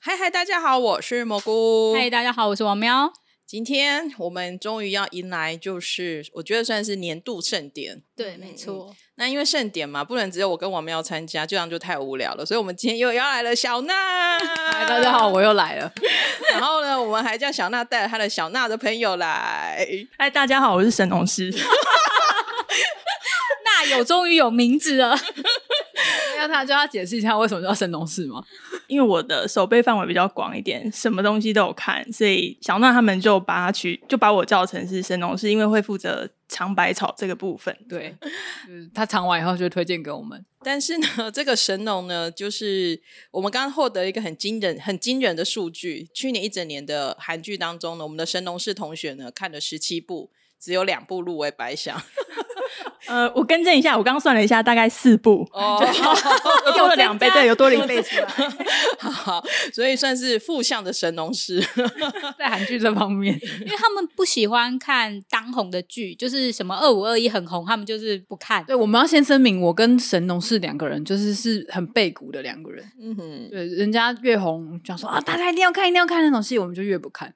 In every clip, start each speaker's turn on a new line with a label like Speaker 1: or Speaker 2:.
Speaker 1: 嗨嗨，大家好，我是蘑菇。
Speaker 2: 嗨，大家好，我是王喵。
Speaker 1: 今天我们终于要迎来，就是我觉得算是年度盛典。
Speaker 2: 对，没错。
Speaker 1: 那因为盛典嘛，不能只有我跟王喵参加，这样就太无聊了。所以我们今天又要来了小娜。
Speaker 2: 嗨，哎大家好，我又来 了。
Speaker 1: 然后呢，我们还叫小娜带了她的小娜的朋友来。
Speaker 3: 嗨，大家好，我是沈老师。
Speaker 2: 那有终于有名字了。 那他就要解释一下为什么叫神农氏吗？
Speaker 3: 因为我的手背范围比较广一点，什么东西都有看，所以小娜他们就把它取，就把我叫成是神农氏，因为会负责尝百草这个部分。
Speaker 2: 对，就是他尝完以后就推荐给我们。
Speaker 1: 但是呢，这个神农呢，就是我们刚刚获得了一个很惊人、很惊人的数据。去年一整年的韩剧当中呢，我们的神农氏同学呢看了十七部，只有两部入围百 想。
Speaker 3: 呃，我更正一下，我刚刚算了一下，大概四步，
Speaker 1: 哦，
Speaker 3: 又多了两倍，对，又多了一倍出来。
Speaker 1: 好，所以算是负向的神农氏。
Speaker 2: 在韩剧这方 面，
Speaker 4: 因为他们不喜欢看当红的剧，就是什么二五二一很红，他们就是不看。
Speaker 2: 对，我们要先声明，我跟神农氏两个人就是是很背骨的两个人。
Speaker 1: 嗯哼，
Speaker 2: 对，人家越红，讲说啊，大家一定要看，一定要看那种戏，我们就越不看。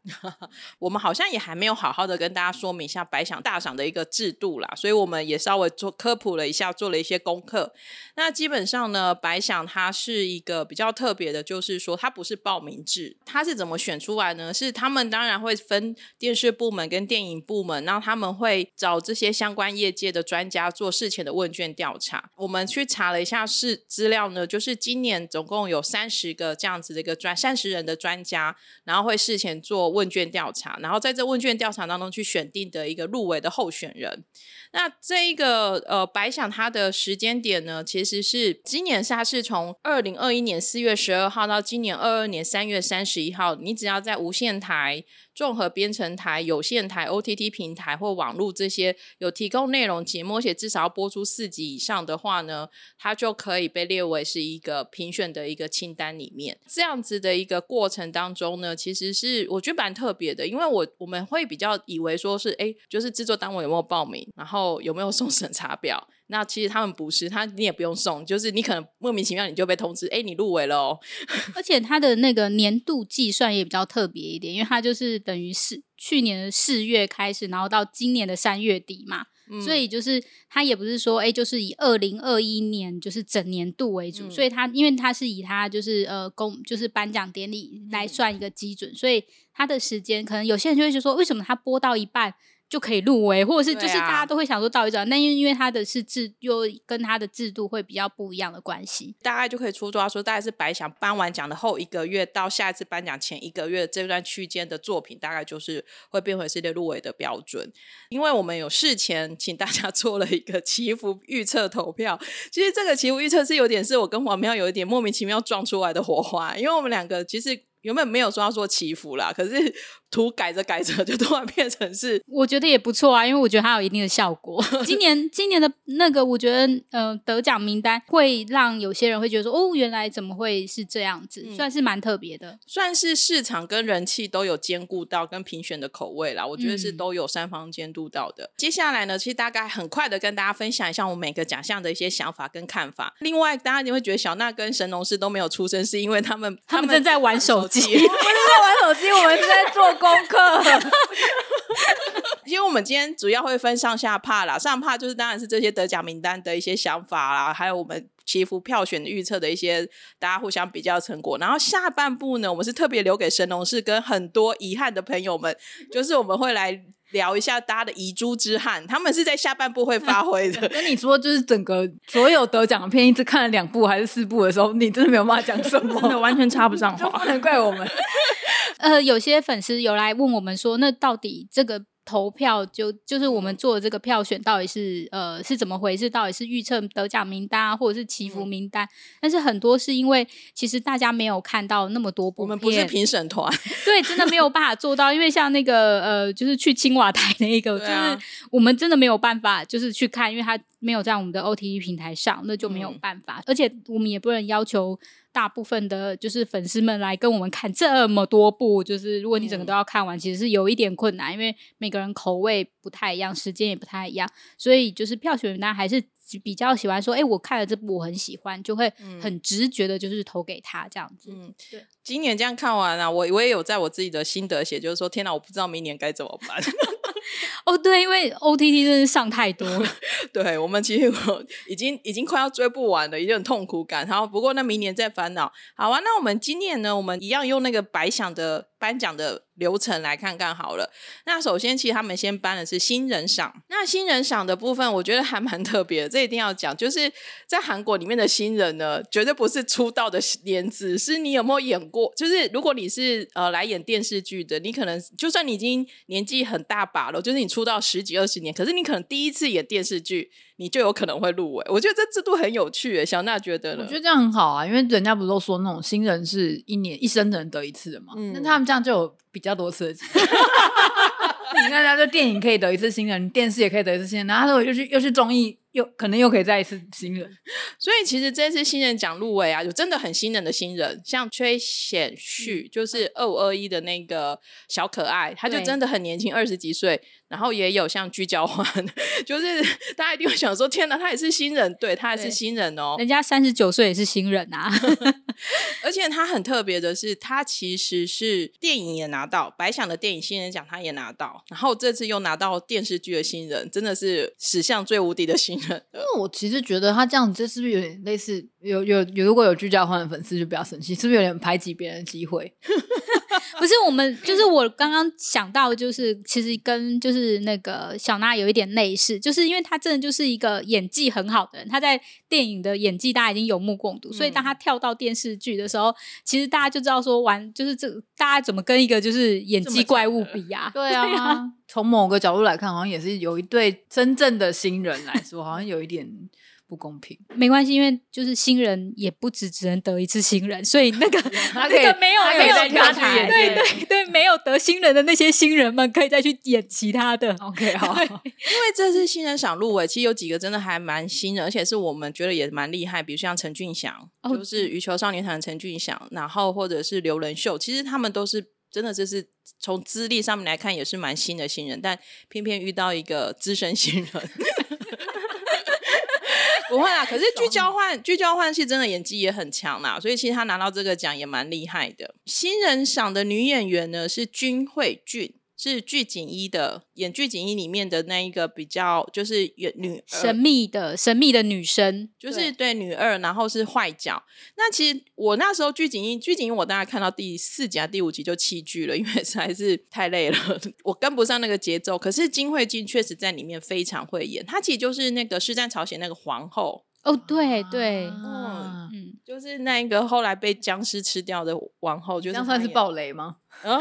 Speaker 1: 我们好像也还没有好好的跟大家说明一下百想大赏的一个制度啦，所以我们也稍微做科普了一下，做了一些功课。那基本上呢，百想它是一个比较特别的，就是说它不是报名制，它是怎么选出来呢？是他们当然会分电视部门跟电影部门，然后他们会找这些相关业界的专家做事前的问卷调查。我们去查了一下是资料呢，就是今年总共有三十个这样子的一个专三十人的专家，然后会事前做问卷调查，然后在这问卷调查当中去选定的一个入围的候选人。那这一个呃，白想它的时间点呢，其实是今年是它是从二零二一年四月十二号到今年二二年三月三十一号，你只要在无线台、综合编程台、有线台、OTT 平台或网络这些有提供内容节目，而且至少要播出四集以上的话呢，它就可以被列为是一个评选的一个清单里面。这样子的一个过程当中呢，其实是我觉得蛮特别的，因为我我们会比较以为说是哎，诶就是制作单位有没有报名，然后有没有送审查表。那其实他们不是，他你也不用送，就是你可能莫名其妙你就被通知，哎，你入围了哦。
Speaker 4: 而且它的那个年度计算也比较特别一点，因为它就是等于是去年的四月开始，然后到今年的三月底嘛，
Speaker 1: 嗯
Speaker 4: 所以就是它也不是说哎、诶就是以二零二一年就是整年度为主，
Speaker 1: 嗯
Speaker 4: 所以它因为它是以它就是呃公就是颁奖典礼
Speaker 1: 嗯
Speaker 4: 来算一个基准，所以它的时间可能有些人就会觉得说，为什么它播到一半？就可以入围，或者是
Speaker 1: 对啊
Speaker 4: 就是大家都会想说到一转，但因为因为它的是制又跟它的制度会比较不一样的关系，
Speaker 1: 大概就可以出抓说，大概是白想颁完奖的后一个月到下一次颁奖前一个月这段区间的作品，大概就是会变回世界入围的标准。因为我们有事前请大家 做了一个祈福预测投票，其实这个祈福预测是有点是我跟黄喵有一点莫名其妙撞出来的火花，因为我们两个其实。原本没有说要做祈福啦，可是图改着改着就突然变成是
Speaker 4: 我觉得也不错啊，因为我觉得它有一定的效 果。今年今年的那个，我觉得呃，得奖名单会让有些人会觉得说，哦，原来怎么会是这样子，
Speaker 1: 嗯
Speaker 4: 算是蛮特别的。
Speaker 1: 算是市场跟人气都有兼顾到，跟评选的口味啦，我觉得是
Speaker 2: 嗯
Speaker 1: 都有三方监督到的。接下来呢，其实大概很快的跟大家分享一下我每个奖项的一些想法跟看法。另外，大家你会觉得小娜跟神农氏都没有出声，是因为他们
Speaker 4: 他们正在玩手机，
Speaker 2: 在玩手 机，我们是在做功课。
Speaker 1: 因为我们今天主要会分上下帕啦，上帕就是当然是这些得奖名单的一些想法啦，还有我们祈福票选预测的一些大家互相比较成果。然后下半部呢，我们是特别留给神农氏跟很多遗憾的朋友们，就是我们会来聊一下大家的遗珠之憾，他们是在下半部会发挥的。
Speaker 2: 跟你说，就是整个所有得奖的片，一直看了两部还是四部的时候，你真的没有办法讲什么，
Speaker 3: 真的完全插不上
Speaker 2: 就
Speaker 3: 话
Speaker 2: 不。能怪我们。
Speaker 4: 呃，有些粉丝有来问我们说，那到底这个投票就就是我
Speaker 1: 嗯
Speaker 4: 们做的这个票选，到底是呃是怎么回事？到底是预测得奖名单啊，或者是祈
Speaker 1: 嗯
Speaker 4: 福名单？但是很多是因为其实大家没有看到那么多部
Speaker 1: 我
Speaker 4: 片，
Speaker 1: 们不是评审团，
Speaker 4: 对，真的没有办法做到，因为像那个呃，就是去青瓦台那个，
Speaker 1: 对啊
Speaker 4: 就是我们真的没有办法，就是去看，因为它没有在我们的 OTT 平台上，那就没有
Speaker 1: 嗯
Speaker 4: 办法。而且我们也不能要求大部分的，就是粉丝们来跟我们看这么多部，就是如果你整
Speaker 1: 嗯
Speaker 4: 个都要看完，其实是有一点困难，因为每个人口味不太一样，时间也不太一样，所以就是票选名单还是比较喜欢说，哎、我看了这部我很喜欢，就会
Speaker 1: 嗯
Speaker 4: 很直觉的，就是投给他这样子。
Speaker 1: 嗯
Speaker 4: 对，
Speaker 1: 今年这样看完啊，我我也有在我自己的心得写，就是说，天哪，我不知道明年该怎么办。
Speaker 4: 哦，对，因为 OTT 真是上太多了，
Speaker 1: 对我们其实我已经已经快要追不完了，已经很痛苦感。然后不过那明年再烦恼。好啊，那我们今年呢，我们一样用那个白想的颁奖的流程来看看好了。那首先，其实他们先颁的是新人赏。那新人赏的部分，我觉得还蛮特别的，这一定要讲，就是在韩国里面的新人呢，绝对不是出道的年资，是你有没有演过。就是如果你是呃来演电视剧的，你可能就算你已经年纪很大把了，就是你出道十几二十年，可是你可能第一次演电视剧，你就有可能会入围。我觉得这制度很有趣耶，小娜觉得呢？
Speaker 2: 我觉得这样很好啊，因为人家不都说那种新人是一年一生只能得一次的嘛，
Speaker 1: 嗯
Speaker 2: 那他们这样就有比较多次的机 会。你看，他就电影可以得一次新人，电视也可以得一次新人，然后我又去又去综艺，又可能又可以再一次新人。
Speaker 1: 所以其实这次新人奖入围啊，有真的很新人的新人，像崔显旭，就是二五二一的那个小可爱，他就
Speaker 4: 嗯对
Speaker 1: 真的很年轻，二十几岁。然后也有像居交欢， 就是大家一定会想说，天哪，他也是新人，对他也是
Speaker 4: 对
Speaker 1: 新人哦。
Speaker 4: 人家三十九岁也是新人啊。
Speaker 1: 而且他很特别的是，他其实是电影也拿到，白想的电影新人奖他也拿到，然后这次又拿到电视剧的新人，真的是史上最无敌的新人了。
Speaker 2: 那我其实觉得他这样子，这是不是有点类似有有有？如果有居家欢的粉丝就不要生气，是不是有点排挤别人的机会？
Speaker 4: 不是我们，就是我刚刚想到，就是其实跟就是那个小娜有一点类似，就是因为她真的就是一个演技很好的人，她在电影的演技大家已经有目共睹，所以当她跳到电视剧的时候，其实大家就知道说玩就是这大家怎么跟一个就是演技怪物比啊？
Speaker 2: 对 啊，从某个角度来看，好像也是有一对真正的新人来说，好像有一点不公 平。
Speaker 4: 没关系，因为就是新人也不只只能得一次新人，所以那个
Speaker 2: 他可以
Speaker 4: 那个没有
Speaker 2: 他可以
Speaker 4: 没有
Speaker 2: 再跳
Speaker 4: 得
Speaker 2: 去演
Speaker 4: 对
Speaker 2: 电
Speaker 4: 对对，没有得新人的那些新人们可以再去演其他的。
Speaker 2: OK，好，
Speaker 1: 因为这次新人赏入围，其实有几个真的还蛮新人，而且是我们觉得也蛮厉害，比如像陈俊祥，
Speaker 4: 哦
Speaker 1: 就是羽球少年团的陈俊祥，然后或者是刘仁秀，其实他们都是真的，就是从资历上面来看也是蛮新的新人，但偏偏遇到一个资深新 人。不会啦，可是聚
Speaker 4: 啊
Speaker 1: 交换聚交换是真的演技也很强啦，所以其实他拿到这个奖也蛮厉害的。新人赏的女演员呢是君慧俊，是剧景一的演剧景一里面的那一个比较就是演女
Speaker 4: 神
Speaker 1: 二，
Speaker 4: 秘的神秘的女生，
Speaker 1: 就是对女二，然后是坏角。那其实我那时候剧景一剧景一我大概看到第四集啊第五集就弃剧了，因为 实在是太累了，我跟不上那个节奏。可是金惠俊确实在里面非常会演，她其实就是那个《师战朝鲜》那个皇后。
Speaker 4: 哦，对对，
Speaker 1: 嗯
Speaker 2: 啊嗯，
Speaker 4: 嗯，
Speaker 1: 就是那个后来被僵尸吃掉的王后，就
Speaker 2: 这
Speaker 1: 是
Speaker 2: 样算
Speaker 1: 她
Speaker 2: 是
Speaker 1: 演。
Speaker 2: 暴雷吗？
Speaker 4: 没有，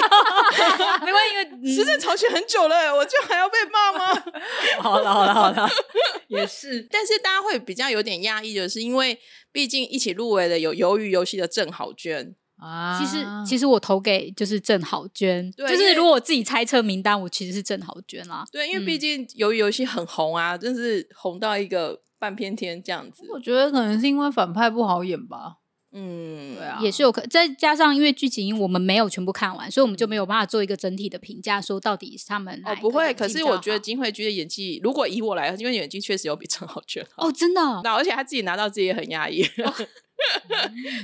Speaker 4: 没关系，因为嗯
Speaker 1: 时政朝鲜很久了，欸我就还要被骂吗？
Speaker 2: 好了，好了，好 了， 也是。
Speaker 1: 但是大家会比较有点压抑的是，因为毕竟一起入围的有《鱿鱼游戏》的郑好娟，
Speaker 2: 啊
Speaker 4: 其实其实我投给就是郑好娟，
Speaker 1: 对
Speaker 4: 就
Speaker 1: 因为
Speaker 4: 是如果我自己猜测名单，我其实是郑好娟啦。
Speaker 1: 对，因为
Speaker 4: 嗯
Speaker 1: 毕竟《鱿鱼游戏》很红啊，真是红到一个半边天这样子。
Speaker 4: 啊
Speaker 2: 我觉得可能是因为反派不好演吧。
Speaker 1: 嗯，
Speaker 2: 对啊
Speaker 4: 也是有可，再加上因为剧情我们没有全部看完，所以我们就没有办法做一个整体的评价，说到底是他们哪
Speaker 1: 哦
Speaker 4: 一，个
Speaker 1: 不会。
Speaker 4: 演技
Speaker 1: 可
Speaker 4: 比
Speaker 1: 是
Speaker 4: 较
Speaker 1: 我觉得
Speaker 4: 好
Speaker 1: 金惠居的演技，如果以我来，因为演技确实有比郑好娟好。
Speaker 4: 哦，真的哦，
Speaker 1: 那而且她自己拿到自己也很压抑。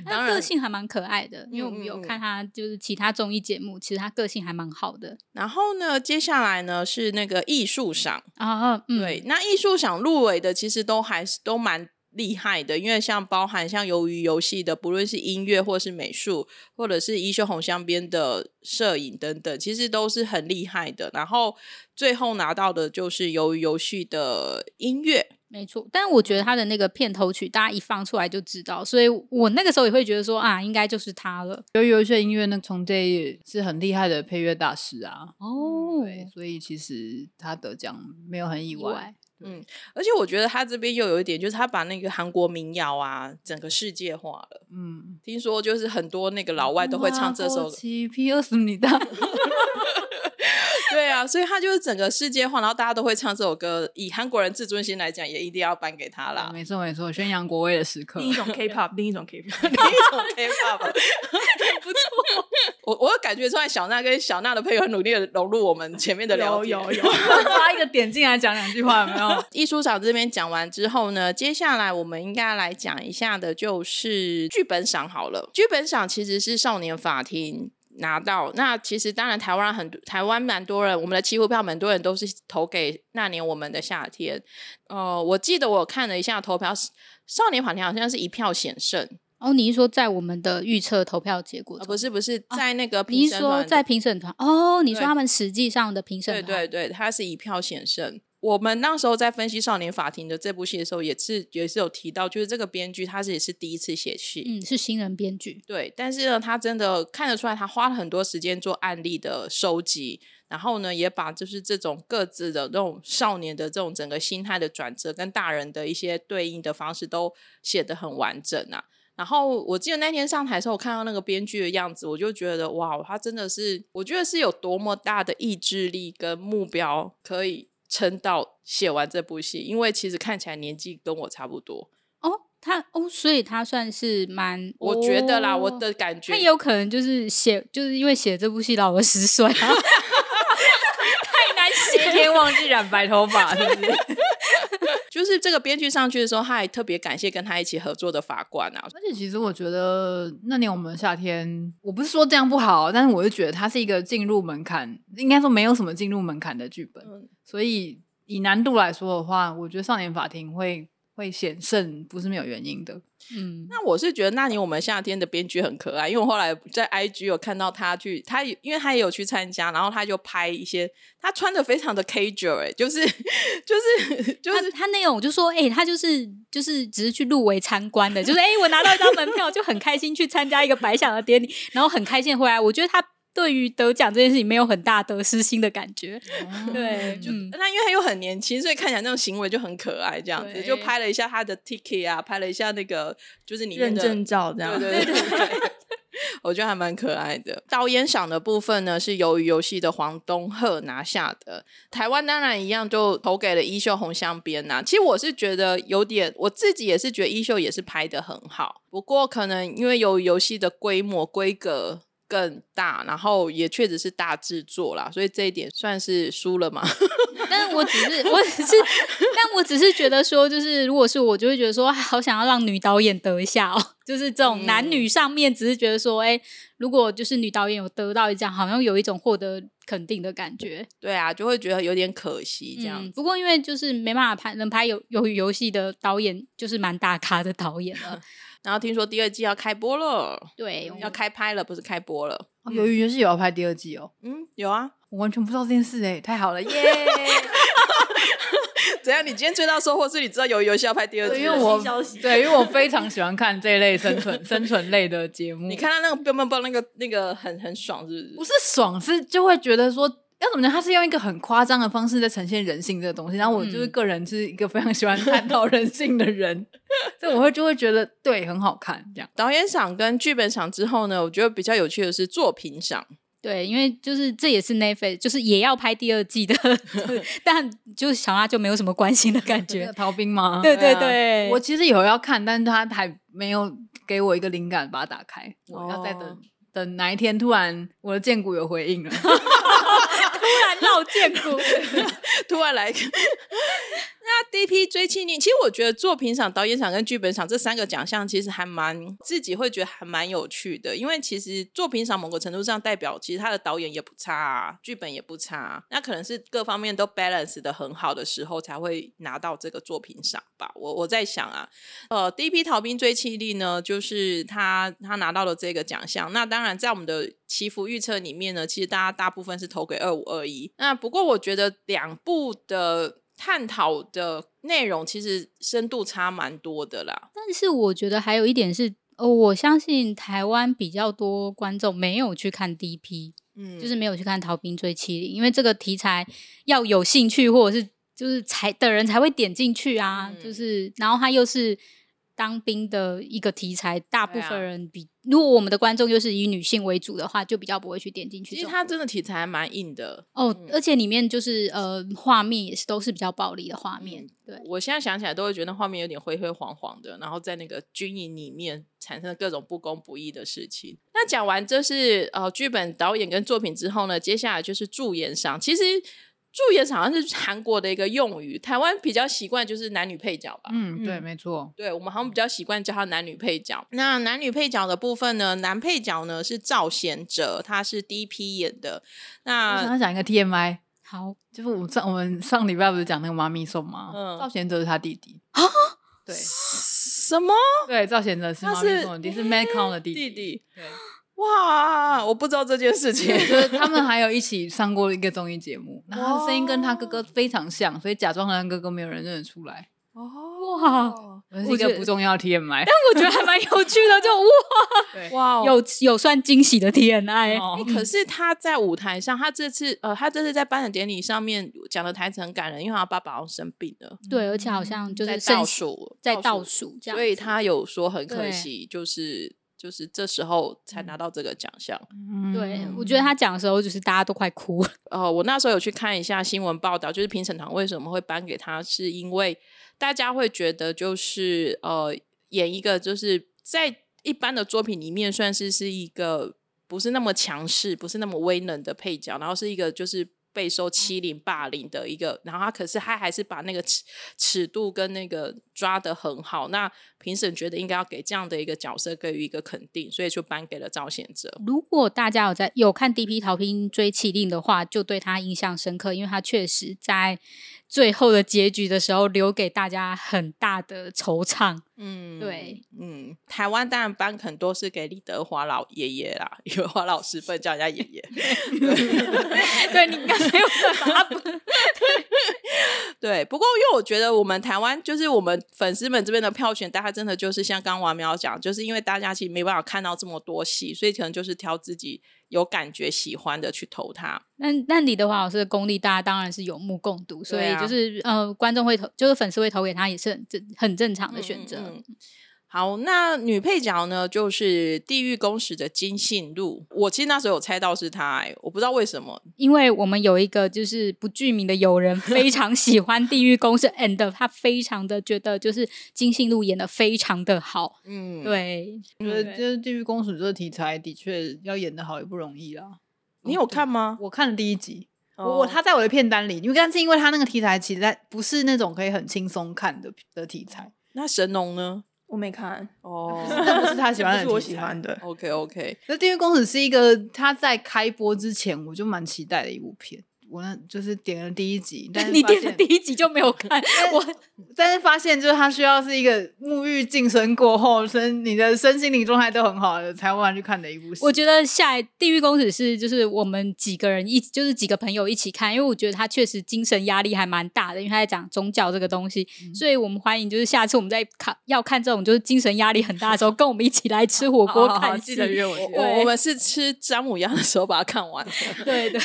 Speaker 1: 当
Speaker 4: 她
Speaker 1: 然
Speaker 4: 个性还蛮可爱的，因为我们有
Speaker 1: 嗯嗯嗯
Speaker 4: 看她就是其他综艺节目，其实她个性还蛮好的
Speaker 1: 然后呢，接下来呢是那个艺术赏，
Speaker 4: 啊，嗯
Speaker 1: 对，，那艺术赏入围的其实都还是都蛮厉害的，因为像包含像鱿鱼游戏的，不论是音乐或是美术，或者是一休红香边的摄影等等，其实都是很厉害的。然后最后拿到的就是鱿鱼游戏的音乐，
Speaker 4: 没错，但我觉得他的那个片头曲，大家一放出来就知道，所以我那个时候也会觉得说啊，应该就是他了。
Speaker 2: 由于有一些音乐呢，从这是很厉害的配乐大师啊，
Speaker 4: 哦
Speaker 2: 对，所以其实他得奖没有很意
Speaker 4: 意
Speaker 2: 外。
Speaker 4: 外
Speaker 1: 而且我觉得他这边又有一点，就是他把那个韩国民谣啊，整个世界化了。
Speaker 2: 嗯，
Speaker 1: 听说就是很多那个老外都会唱这首歌，
Speaker 2: 七 P 二十你 大，
Speaker 1: 对啊，所以他就是整个世界化，然后大家都会唱这首歌。以韩国人自尊心来讲，也一定要颁给他啦。
Speaker 2: 啊没错没错，宣扬国威的时刻
Speaker 3: 另。一种 K-pop，另一种 K-pop。
Speaker 1: 另一种 K-pop，不错。我我有感觉出来小娜跟小娜的配合很努力的融入我们前面的聊
Speaker 3: 有
Speaker 1: 天。
Speaker 3: 有有，
Speaker 2: 抓一个点进来讲两句话，有 没有？
Speaker 1: 艺术赏这边讲完之后呢，接下来我们应该来讲一下的就是剧本赏好了。剧本赏其实是少年法庭。拿到那其实当然台湾很多台湾蛮多人，我们的期货票蛮多人都是投给那年我们的夏天。呃，我记得我看了一下投票，少年法庭好像是一票险胜，
Speaker 4: 哦，你是说在我们的预测投票结果
Speaker 1: 呃，
Speaker 4: 中？
Speaker 1: 不是不是在那个
Speaker 4: 你
Speaker 1: 评
Speaker 4: 是
Speaker 1: 审
Speaker 4: 哦说
Speaker 1: 团
Speaker 4: 在评审团？哦，你说
Speaker 1: 对
Speaker 4: 他们实际上的评审
Speaker 1: 对
Speaker 4: 团？
Speaker 1: 对对，他是一票险胜。我们那时候在分析《少年法庭》的这部戏的时候，也是也是有提到，就是这个编剧他是也是第一次写戏，
Speaker 4: 嗯，是新人编剧。
Speaker 1: 对，但是呢，他真的看得出来，他花了很多时间做案例的收集，然后呢，也把就是这种各自的这种少年的这种整个心态的转折，跟大人的一些对应的方式都写得很完整啊。然后我记得那天上台的时候，我看到那个编剧的样子，我就觉得哇，他真的是，我觉得是有多么大的意志力跟目标可以撑到写完这部戏，因为其实看起来年纪跟我差不多，
Speaker 4: 哦，他哦，所以他算是蛮，
Speaker 1: 我觉得啦，
Speaker 4: 哦
Speaker 1: 我的感觉
Speaker 4: 他也有可能就是写，就是因为写这部戏老了十岁、太难
Speaker 2: 今
Speaker 4: 写。
Speaker 2: 天忘记染白头发，是不是？
Speaker 1: 就是这个编剧上去的时候，他还特别感谢跟他一起合作的法官啊。
Speaker 2: 而且其实我觉得那年我们夏天，我不是说这样不好，但是我就觉得它是一个进入门槛，应该说没有什么进入门槛的剧本，
Speaker 1: 嗯
Speaker 2: 所以以难度来说的话，我觉得少年法庭会会险胜，不是没有原因的。
Speaker 4: 嗯，
Speaker 1: 那我是觉得《那年我们夏天》的编剧很可爱，因为我后来在 IG 有看到他去，他也因为他也有去参加，然后他就拍一些，他穿的非常的 casual，、欸、就是就是就是
Speaker 4: 他他那种我就说，哎、他就是就是只是去入围参观的，就是哎、我拿到一张门票就很开心去参加一个百想的典礼，然后很开心地回来。我觉得他对于得奖这件事情没有很大得失心的感觉。
Speaker 1: 哦
Speaker 4: 对，
Speaker 2: 就
Speaker 4: 嗯，
Speaker 1: 那因为他又很年轻，所以看起来那种行为就很可爱，这样子
Speaker 2: 对
Speaker 1: 就拍了一下他的 ticket 啊，拍了一下那个就是里面
Speaker 3: 认
Speaker 1: 的
Speaker 3: 证照这样。
Speaker 1: 对对对对 我觉得还蛮可爱的。导演赏的部分呢，是《鱿鱼游戏》的黄东赫拿下的。台湾当然一样，就投给了衣袖红香边呐、其实我是觉得有点，我自己也是觉得衣袖也是拍的很好，不过可能因为鱿鱼游戏的规模规格。更大，然后也确实是大制作啦，所以这一点算是输了嘛。
Speaker 4: 但我只是我只是， 但我只是觉得说，就是如果是我，就会觉得说，啊好想要让女导演得一下哦。就是这种男女上面，只是觉得说，哎、如果就是女导演有得到一奖，好像有一种获得肯定的感觉。
Speaker 1: 对啊，就会觉得有点可惜这样
Speaker 4: 嗯。
Speaker 1: 子。
Speaker 4: 不过因为就是没办法拍能拍有鱿鱼游戏的导演，就是蛮大咖的导演了。
Speaker 1: 然后听说第二季要开播了，
Speaker 4: 对，我
Speaker 1: 要开拍了，不是开播了。
Speaker 2: 哦由于游戏有要拍第二季哦，
Speaker 1: 嗯，有啊，
Speaker 2: 我完全不知道这件事哎、太好了耶！
Speaker 1: 怎样？你今天追到收获是你知道 有游戏要拍第二季
Speaker 2: 对
Speaker 1: 了，
Speaker 2: 因为我
Speaker 3: 新消息
Speaker 2: 对，因为我非常喜欢看这一类生存生存类的节 目。
Speaker 1: 你看他那个蹦蹦蹦那个那个很很爽，是不
Speaker 2: 不
Speaker 1: 是？
Speaker 2: 是爽，是就会觉得说。要怎么讲？他是用一个很夸张的方式在呈现人性这个东西，然后我就是
Speaker 4: 嗯
Speaker 2: 个人是一个非常喜欢探讨人性的人， 所以我会就会觉得对很好看这样。
Speaker 1: 导演赏跟剧本赏之后呢，我觉得比较有趣的是作品赏。
Speaker 4: 对，因为就是这也是 Netflix，就是也要拍第二季的， 但就是小娜就没有什么关心的感
Speaker 2: 觉得
Speaker 4: 觉。
Speaker 2: 逃兵吗？
Speaker 4: 对对
Speaker 1: 对啊
Speaker 4: 对，
Speaker 2: 我其实有要看，但是他还没有给我一个灵感把它打开，我要再等、
Speaker 1: 哦
Speaker 2: 等哪一天突然我的剑骨有回应了。
Speaker 4: 突然绕剑骨。
Speaker 1: 突然来一个，那第一批追青年，其实我觉得作品赏、导演赏跟剧本赏这三个奖项，其实还蛮自己会觉得还蛮有趣的，因为其实作品赏某个程度上代表，其实他的导演也不差、啊，剧本也不差、啊，那可能是各方面都 balance 的很好的时候，才会拿到这个作品赏吧。我我在想啊，呃，第一批逃兵追妻力呢，就是他他拿到了这个奖项。那当然，在我们的祈福预测里面呢，其实大家大部分是投给二五二一。那不过我觉得两部的探讨的内容其实深度差蛮多的啦。
Speaker 4: 但是我觉得还有一点是，呃，我相信台湾比较多观众没有去看 DP，、
Speaker 1: 嗯，
Speaker 4: 就是没有去看《逃兵追妻令》，因为这个题材要有兴趣或者是就是才的人才会点进去啊，
Speaker 1: 嗯
Speaker 4: 就是然后它又是当兵的一个题材，大
Speaker 1: 啊
Speaker 4: 部分人比、如果我们的观众又是以女性为主的话，就比较不会去点进去
Speaker 1: 其
Speaker 4: 这
Speaker 1: 实
Speaker 4: 种。
Speaker 1: 它嗯真的题材还蛮硬的。
Speaker 4: 哦，而且里面就是呃，画面也是都是比较暴力的画
Speaker 1: 嗯
Speaker 4: 面，对。
Speaker 1: 我现在想起来都会觉得那画面有点灰灰黄黄的，然后在那个军营里面产生了各种不公不义的事情。那讲完这是呃剧本、导演跟作品之后呢，接下来就是助演赏。其实助演赏好像是韩国的一个用语，台湾比较习惯就是男女配角吧。
Speaker 2: 嗯，对，
Speaker 3: 嗯
Speaker 2: 没错，
Speaker 1: 对我们好像比较习惯叫他男女配角。那男女配角的部分呢，男配角呢是赵贤哲，他是第一批演的。
Speaker 2: 我想
Speaker 1: 那
Speaker 2: 要讲一个 TMI，
Speaker 4: 好，
Speaker 2: 就是我们上我们上礼拜不是讲那个妈咪送吗？
Speaker 1: 嗯
Speaker 2: 赵贤哲是他弟弟啊，对
Speaker 1: 什么
Speaker 2: 对，赵贤哲是
Speaker 1: 他
Speaker 2: 妈
Speaker 1: 是
Speaker 2: 咪送的弟弟，是 Madcon 的弟
Speaker 1: 弟
Speaker 2: 弟，
Speaker 1: 弟？
Speaker 2: 对，
Speaker 1: 哇，我不知道这件事情。
Speaker 2: 就是他们还有一起上过一个综艺节 目，然后他的声音跟他哥哥非常像，所以假装和他哥哥没有人认得出来。
Speaker 1: 哦，
Speaker 2: 我是一个不重要的 TMI，
Speaker 4: 我觉得还蛮有趣的，就哇，
Speaker 2: 对
Speaker 1: 哇哦。
Speaker 4: 有有算惊喜的 TNI，、
Speaker 2: 哦
Speaker 1: 欸可是他在舞台上，他这次呃，他这次在颁奖典礼上面讲的台词很感人，因为他爸爸好像生病了，
Speaker 4: 对，而且好像就是
Speaker 1: 在
Speaker 4: 剩
Speaker 1: 倒数，
Speaker 4: 在倒，数这样子，
Speaker 1: 所以他有说很可
Speaker 4: 对嗯
Speaker 1: 惜，就是就是这时候才拿到这个奖项。
Speaker 2: 嗯
Speaker 4: 对我觉得他讲的时候，就是大家都快哭了，
Speaker 1: 呃，我那时候有去看一下新闻报道，就是评审团为什么会颁给他，是因为大家会觉得就是呃，演一个就是在一般的作品里面算是是一个不是那么强势、不是那么威能的配角，然后是一个就是。备受欺凌霸凌的一个，然后他可是他还是把那个尺尺度跟那个抓得很好，那评审觉得应该要给这样的一个角色给予一个肯定，所以就颁给了赵贤哲。
Speaker 4: 如果大家有在有看《第一批逃兵追缉令》的话，就对他印象深刻，因为他确实在最后的结局的时候留给大家很大的惆怅。
Speaker 1: 嗯，
Speaker 4: 对，
Speaker 1: 嗯，台湾当然颁很多是给李德华老爷爷啦，因为华老师不能叫人家爷 爷。
Speaker 4: 对你应该没有 办法，
Speaker 1: 对，不过因为我觉得我们台湾就是我们粉丝们这边的票选，大家真的就是像刚刚王苗讲，就是因为大家其实没办法看到这么多戏，所以可能就是挑自己有感觉喜欢的去投他。
Speaker 4: 那那李德华老师的功力，大家当然是有目共睹，所
Speaker 1: 对
Speaker 4: 以
Speaker 1: 啊
Speaker 4: 就是、呃，观众会投，就是粉丝会投给他，也是很正很正常的选择。
Speaker 1: 嗯好，那女配角呢，就是《地狱公使》的金信路。我其实那时候有猜到是她、欸，我不知道为什么，
Speaker 4: 因为我们有一个就是不具名的 友人非常喜欢《地狱公使》，and 他非常的觉得就是金信路演的非常的好，
Speaker 1: 嗯，
Speaker 4: 对，
Speaker 2: 觉得就是《地狱公主》这个题材的确要演的好也不容易啦。
Speaker 1: 你有看吗？
Speaker 2: 我看了第一集，我
Speaker 1: 哦
Speaker 2: 我他在我的片单里，因为但是因为他那个题材其实在不是那种可以很轻松看的的题材，
Speaker 1: 那神农呢？
Speaker 3: 我没看，
Speaker 1: 哦
Speaker 2: 那不是他喜欢的，
Speaker 3: 这 不是我喜欢。的。
Speaker 1: OK OK，
Speaker 2: 那《地狱公子》是一个他在开播之前我就蛮期待的一部片，我那就是点了第一 集，但是
Speaker 4: 你
Speaker 2: 发
Speaker 4: 点的
Speaker 2: 现
Speaker 4: 第一集就没有 看，我
Speaker 2: 但是发现就是他需要是一个沐浴净身过后，身你的身心灵状态都很好了，才慢慢去看的一部戏。
Speaker 4: 我觉得下一《地狱公子》是就是我们几个人一起就是几个朋友一起看，因为我觉得他确实精神压力还蛮大的，因为他在讲宗教这个东西，
Speaker 2: 嗯
Speaker 4: 所以我们欢迎就是下次我们在看要看这种就是精神压力很大的 时候，跟我们一起来吃火
Speaker 2: 好
Speaker 4: 锅
Speaker 2: 好好
Speaker 4: 看
Speaker 2: 记
Speaker 4: 戏。
Speaker 2: 得约我去。
Speaker 1: 我
Speaker 4: 对
Speaker 1: 我们是吃詹姆鸭的时候把它看完的。
Speaker 4: 对的，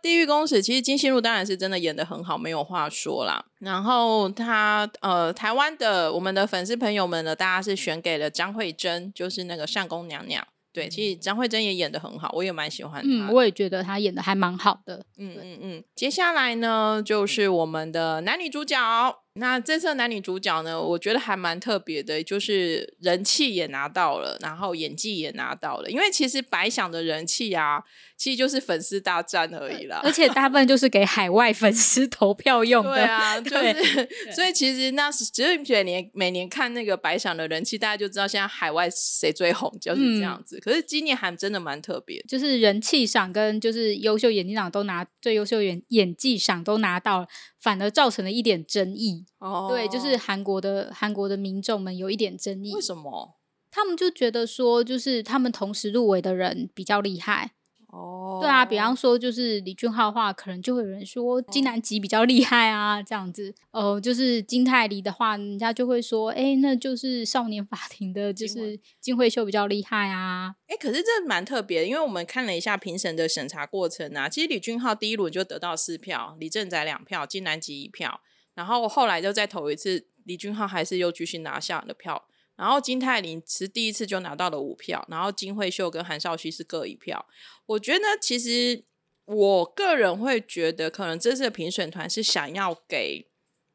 Speaker 1: 地狱公使其实金星路当然是真的演的很好，没有话说啦。然后他呃，台湾的我们的粉丝朋友们呢，大家是选给了张慧珍，就是那个相公娘娘。对，其实张慧珍也演的很好，我也蛮喜欢她的。
Speaker 4: 嗯，我也觉得他演的还蛮好的。
Speaker 1: 嗯嗯嗯，接下来呢就是我们的男女主角。那这次的男女主角呢，我觉得还蛮特别的，就是人气也拿到了，然后演技也拿到了。因为其实白想的人气啊，其实就是粉丝大战而已啦。
Speaker 4: 而且大部分就是给海外粉丝投票用
Speaker 1: 对
Speaker 4: 的。
Speaker 1: 啊，就是，所以其实那时只是每年每年看那个白想的人气，大家就知道现在海外谁最红，就是这
Speaker 4: 嗯
Speaker 1: 样子。可是今年还真的蛮特别的，
Speaker 4: 就是人气赏跟就是优秀演技赏都拿最优秀演演技赏都拿到了，反而造成了一点争议。
Speaker 1: 哦
Speaker 4: 对，就是韩国的韩国的民众们有一点争议
Speaker 1: 为，什么？
Speaker 4: 他们就觉得说，就是他们同时入围的人比较厉害。
Speaker 1: 哦，
Speaker 4: 对啊，比方说就是李俊浩的话，可能就会有人说金南吉比较厉害啊，这样子。呃，就是金泰梨的话，人家就会说，哎、那就是少年法庭的，就
Speaker 1: 金惠
Speaker 4: 是金惠秀比较厉害啊。
Speaker 1: 哎，可是这蛮特别的，因为我们看了一下评审的审查过程啊，其实李俊浩第一轮就得到四票，李正宰两票，金南吉一票，然后后来就再投一次，李俊浩还是又继续拿下了票。然后金泰林是第一次就拿到了五票，然后金惠秀跟韩少熙是各一票。我觉得其实我个人会觉得，可能这次的评选团是想要给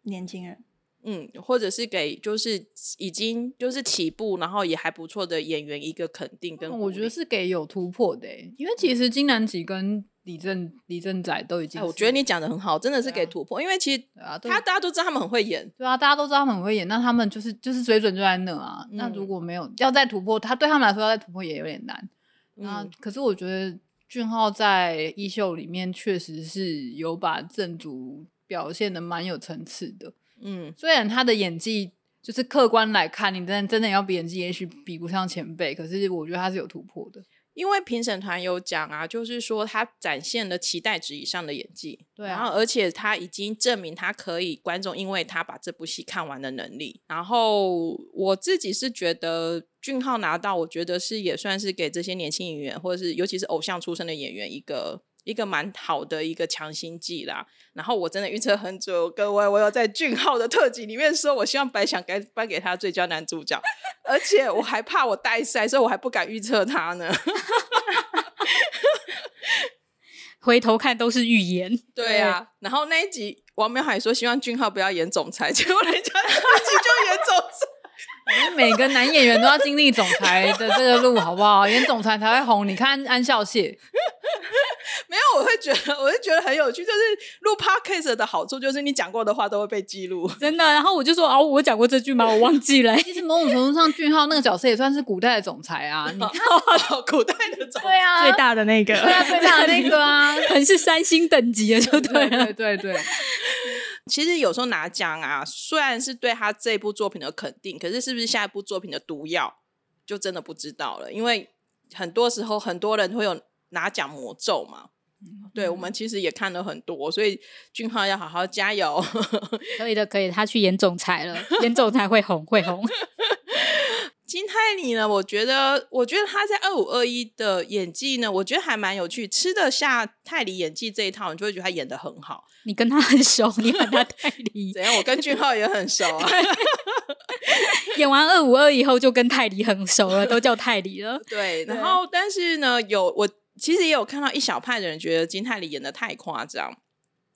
Speaker 3: 年轻人，
Speaker 1: 嗯，或者是给就是已经就是起步，然后也还不错的演员一个肯定跟鼓励、
Speaker 2: 嗯我觉得是给有突破的、欸，因为其实金南吉跟李正李正仔都已
Speaker 1: 嗯
Speaker 2: 经
Speaker 1: 哎，
Speaker 2: 是、
Speaker 1: 我觉得你讲的很好，真的是
Speaker 2: 对啊
Speaker 1: 给突破，因为其实
Speaker 2: 对啊，都
Speaker 1: 他大家都知道他们很会演，
Speaker 2: 对啊，大家都知道他们很会演，那他们就是就是水准就在那啊。
Speaker 1: 嗯
Speaker 2: 那如果没有要再突破，他对他们来说要再突破也有点难。那、
Speaker 1: 嗯
Speaker 2: 可是我觉得俊浩在一秀里面确实是有把正主表现的蛮有层次的，
Speaker 1: 嗯
Speaker 2: 虽然他的演技。就是客观来看，你真的真的要比演技，也许比不上前辈，可是我觉得他是有突破的。
Speaker 1: 因为评审团有讲啊，就是说他展现了期待值以上的演技，
Speaker 2: 对啊
Speaker 1: 然后而且他已经证明他可以观众因为他把这部戏看完的能力。然后我自己是觉得俊浩拿到，我觉得是也算是给这些年轻演员，或者是尤其是偶像出身的演员一个。一个蛮好的一个强心剂啦，然后我真的预测很久，各位，我有在俊浩的特辑里面说，我希望白想该颁给他最佳男主角，而且我还怕我带赛，所以我还不敢预测他呢。
Speaker 4: 回头看都是预言。
Speaker 1: 对啊，然后那一集王美海说希望俊浩不要演总裁，结果人家那一集就演总裁。
Speaker 2: 因为每个男演员都要经历总裁的这个路，好不好？演总裁才会红。你看安孝燮，
Speaker 1: 没有，我会觉得，我会觉得很有趣，就是录 podcast 的好处就是你讲过的话都会被记录。
Speaker 4: 真的，然后我就说哦，我讲过这句吗？我忘 记了、
Speaker 2: 其实某种程度上，俊浩那个角色也算是古代的总裁啊。你
Speaker 1: 古代的总裁，
Speaker 2: 对啊，
Speaker 3: 最大的那个，
Speaker 2: 对啊， 最大的那个啊，
Speaker 4: 可能是三星等级的，就对啊
Speaker 2: 对
Speaker 4: 了。
Speaker 2: 对对对，
Speaker 1: 其实有时候拿奖啊，虽然是对他这部作品的肯定，可是是不是下一部作品的毒药，就真的不知道了。因为很多时候很多人会有拿奖魔咒嘛。对，我们其实也看了很多，所以俊浩要好好加油。
Speaker 4: 可以的，可以的，他去演总裁了，演总裁会红，会红。
Speaker 1: 金泰里呢，我觉得，我觉得他在二五二一的演技呢，我觉得还蛮有趣，吃得下泰里演技这一套，你就会觉得他演的很好。
Speaker 4: 你跟他很熟，你把他 带离。
Speaker 1: 怎样？我跟俊浩也很熟啊。
Speaker 4: 演完二五二以后，就跟泰迪很熟了，都叫泰迪了。
Speaker 1: 对，然后但是呢，有我其实也有看到一小派的人觉得金泰里演的太夸张，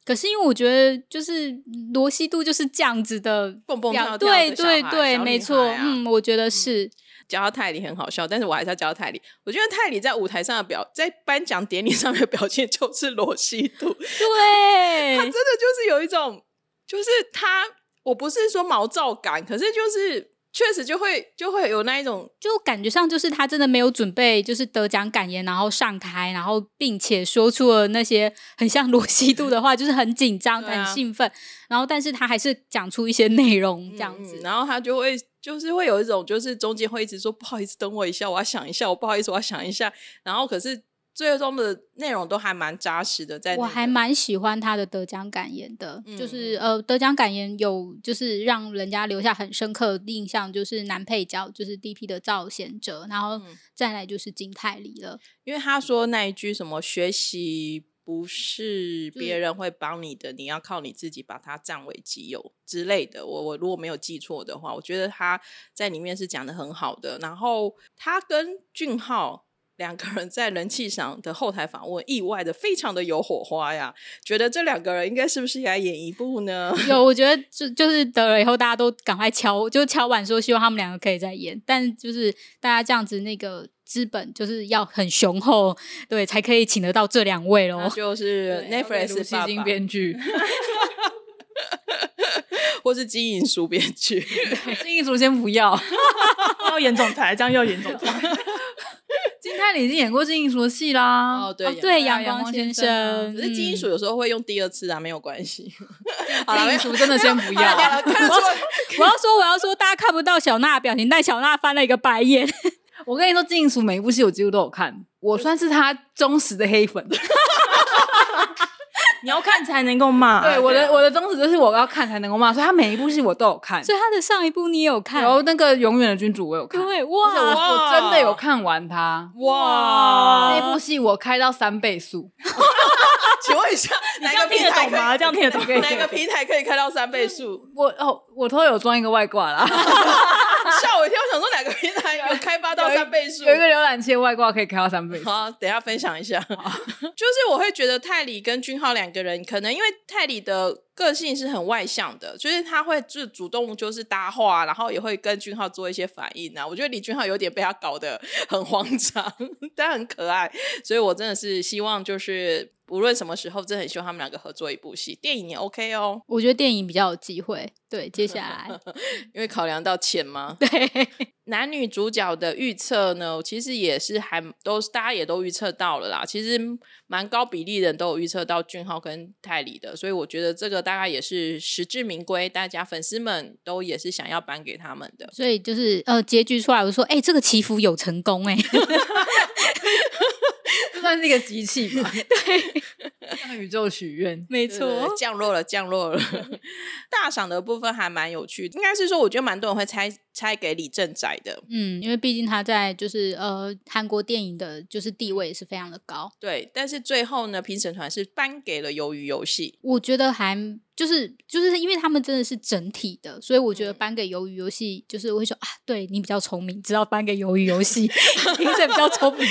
Speaker 4: 可是因为我觉得，就是罗西度就是这样子的
Speaker 1: 蹦蹦
Speaker 4: 表，
Speaker 1: 跳跳的小
Speaker 4: 对对
Speaker 1: 孩
Speaker 4: 对，
Speaker 1: 小
Speaker 4: 没
Speaker 1: 女
Speaker 4: 错，
Speaker 1: 孩啊
Speaker 4: 嗯，我觉得是。
Speaker 1: 教泰里很好笑，但是我还是要教泰里。我觉得泰里在舞台上的表，在颁奖典礼上面的表现就是罗西度， 他真
Speaker 4: 对，
Speaker 1: 的就是有一种，就是他，我不是说毛躁感，可是就是确实就会就会有那一种，
Speaker 4: 就感觉上就是他真的没有准备，就是得奖感言，然后上台，然后并且说出了那些很像罗西度的话，就是很紧 张、
Speaker 1: 对啊
Speaker 4: 很兴奋，然后但是他还是讲出一些内容这样子
Speaker 1: 嗯。然后他就会就是会有一种，就是中间会一直说不好意思，等我一下，我要想一下，我不好意思，我要想一下，然后可是最终的内容都还蛮扎实的，在、那
Speaker 4: 我
Speaker 1: 个
Speaker 4: 还蛮喜欢他的得奖感言的，
Speaker 1: 嗯
Speaker 4: 就是呃，得奖感言有就是让人家留下很深刻的印象，就是男配角就是 DP 的赵贤哲，然后
Speaker 1: 嗯
Speaker 4: 再来就是金泰梨了。
Speaker 1: 因为他说那一句什么学习不
Speaker 4: 嗯
Speaker 1: 是别人会帮你的，你要靠你自己把它占为己有之类的。我我如果没有记错的话，我觉得他在里面是讲的很好的。然后他跟俊浩。两个人在人气上的后台访问，意外的非常的有火花呀！觉得这两个人应该是不是也来演一部 呢？
Speaker 4: 有，我觉得就就是得了以后，大家都赶快敲，就敲碗说希望他们两个可以再演，但就是大家这样子那个资本就是要很雄厚，对，才可以请得到这两位
Speaker 1: 那
Speaker 4: 喽。
Speaker 1: 就是
Speaker 4: 对
Speaker 1: Netflix
Speaker 2: 戏
Speaker 1: 爸
Speaker 2: 精
Speaker 1: 爸，
Speaker 2: 编剧，
Speaker 1: 或是金银书编 剧。
Speaker 2: 金一竹先不要，
Speaker 3: 要演总裁，这样要演总裁。
Speaker 2: 金泰里已经演过金一竹的戏啦。
Speaker 1: 哦，对，
Speaker 4: 哦
Speaker 1: 演
Speaker 4: 对，
Speaker 2: 对啊
Speaker 4: 阳
Speaker 2: 阳
Speaker 4: 光
Speaker 2: 光先
Speaker 4: 先
Speaker 2: 生
Speaker 4: 生，
Speaker 1: 可是金银
Speaker 4: 嗯
Speaker 1: 鼠有时候会用第二次啊，没有关 系。好了，
Speaker 2: 金
Speaker 1: 没
Speaker 2: 一
Speaker 1: 有
Speaker 2: 竹真的先不要，
Speaker 1: 看得出来
Speaker 4: 我要说，我要说，大家看不到小娜的表情，但小娜翻了一个白眼。
Speaker 2: 我跟你说，金一竹每一部戏我几乎都有看，我算是他忠实的黑粉。
Speaker 3: 你要看才能够骂，
Speaker 2: 对，我的我的宗旨就是我要看才能够骂，所以他每一部戏我都有看。
Speaker 4: 所以他的上一部你也有看
Speaker 2: 然？后那个《永远的君主》我有看，
Speaker 4: 对，
Speaker 2: 而且我
Speaker 4: 哇，
Speaker 2: 我真的有看完它。
Speaker 1: 哇，
Speaker 2: 那部戏我开到三倍速，
Speaker 1: 请问一 下，哪
Speaker 3: 这
Speaker 1: 个
Speaker 3: 样
Speaker 1: 平
Speaker 3: 听得
Speaker 1: 台
Speaker 3: 懂
Speaker 1: 可以
Speaker 3: 吗？这样听得懂？
Speaker 1: 哪个平台可以开到三倍数？
Speaker 2: 我哦，我偷有装一个外挂啦，
Speaker 1: 吓我一跳，我想说哪个平台有开发到三倍数？
Speaker 2: 有一个浏览器的外挂可以开到三倍速。
Speaker 1: 好，等一下分享一下。 就是我会觉得泰里跟君浩两个人，可能因为泰里的个性是很外向的，就是他会就主动就是搭话，然后也会跟君浩做一些反应啊。我觉得李君浩有点被他搞得很慌张， 但很可爱，所以我真的是希望就是。无论什么时候，真的很希望他们两个合作一部戏，电影也 OK 哦，
Speaker 4: 我觉得电影比较有机会。对，接下 来
Speaker 1: 因为考量到钱 嘛。
Speaker 4: 对
Speaker 1: 男女主角的预测呢，其实也是还都大家也都预测到了啦。其实蛮高比例的人都有预测到俊浩跟泰里的，所以我觉得这个大概也是实至名归，大家粉丝们都也是想要颁给他们的。
Speaker 4: 所以就是呃，结局出来，我就说，哎、这个祈福有成功、哎，
Speaker 2: 这算是一个机器吧？ 对，向宇宙许愿。
Speaker 3: 没
Speaker 1: 对对对
Speaker 3: 错，
Speaker 1: 降落了，降落 了。大赏的部分还蛮有趣的，应该是说我觉得蛮多人会猜猜给李正宰的，
Speaker 4: 嗯，因为毕竟他在就是呃韩国电影的就是地位是非常的高，
Speaker 1: 对。但是最后呢，评审团是颁给了《鱿鱼游戏》。
Speaker 4: 我觉得还就是就是因为他们真的是整体的，所以我觉得
Speaker 1: 嗯
Speaker 4: 颁给鱿鱼游戏，就是我会说啊，对你比较聪明，知道颁给鱿鱼游戏， 评审比较聪明，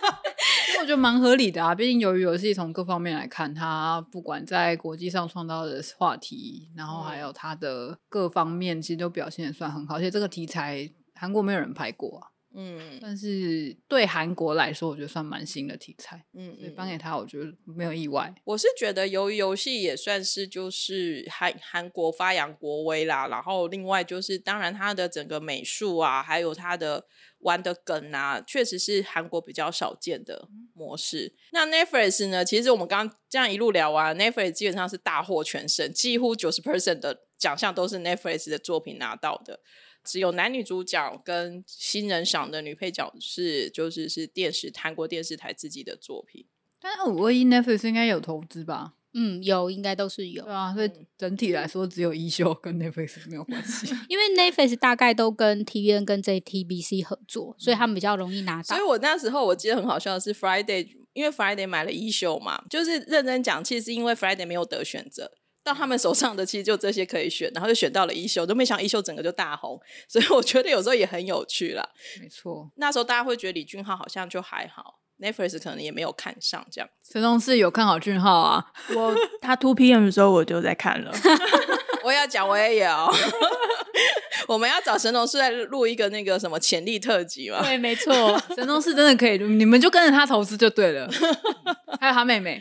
Speaker 2: 我觉得蛮合理的啊，毕竟由于游戏从各方面来看，它不管在国际上创造的话题，然后还有它的各方面，其实都表现的算很好。而且这个题材韩国没有人拍过啊，
Speaker 1: 嗯
Speaker 2: 但是对韩国来说，我觉得算蛮新的题材，
Speaker 1: 嗯
Speaker 2: 所以
Speaker 1: 嗯，
Speaker 2: 颁给他，我觉得没有意外。
Speaker 1: 我是觉得，由于游戏也算是就是韩韩国发扬国威啦，然后另外就是，当然它的整个美术啊，还有它的玩的梗啊，确实是韩国比较少见的模式。那 Netflix 呢，其实我们刚刚这样一路聊完，Netflix 基本上是大获全胜，几乎九十 percent 的奖项都是 Netflix 的作品拿到的。只有男女主角跟新人赏的女配角是，就是是电视韩国电视台自己的作品。
Speaker 2: 但是五二一 Netflix 应该有投资吧？
Speaker 4: 嗯，有应该都是有
Speaker 2: 对，啊，所以
Speaker 1: 嗯
Speaker 2: 整体来说，只有一休跟 Netflix 没有关 系。
Speaker 4: 因为 Netflix 大概都跟 TVN 跟 JTBC 合作，所以他们比较容易拿到
Speaker 1: 所以。我那时候我记得很好笑的是 Friday，因为 Friday 买了一休嘛，就是认真讲，其实是因为 Friday 没有得选择。到他们手上的其实就这些可以选，然后就选到了一休，都没想到一休整个就大红，所以我觉得有时候也很有趣啦。
Speaker 2: 没错，
Speaker 1: 那时候大家会觉得李俊浩好像就还好，Netflix 可能也没有看上这样。
Speaker 2: 陈同事有看好俊浩啊，
Speaker 3: 我他 two PM 的时候我就在看了，
Speaker 1: 我也要讲，我也有， 我们要找神农氏来录一个那个什么潜力特辑嘛。
Speaker 4: 对，没错，
Speaker 2: 神农氏真的可以，你们就跟着他投资就对了。还有他妹妹，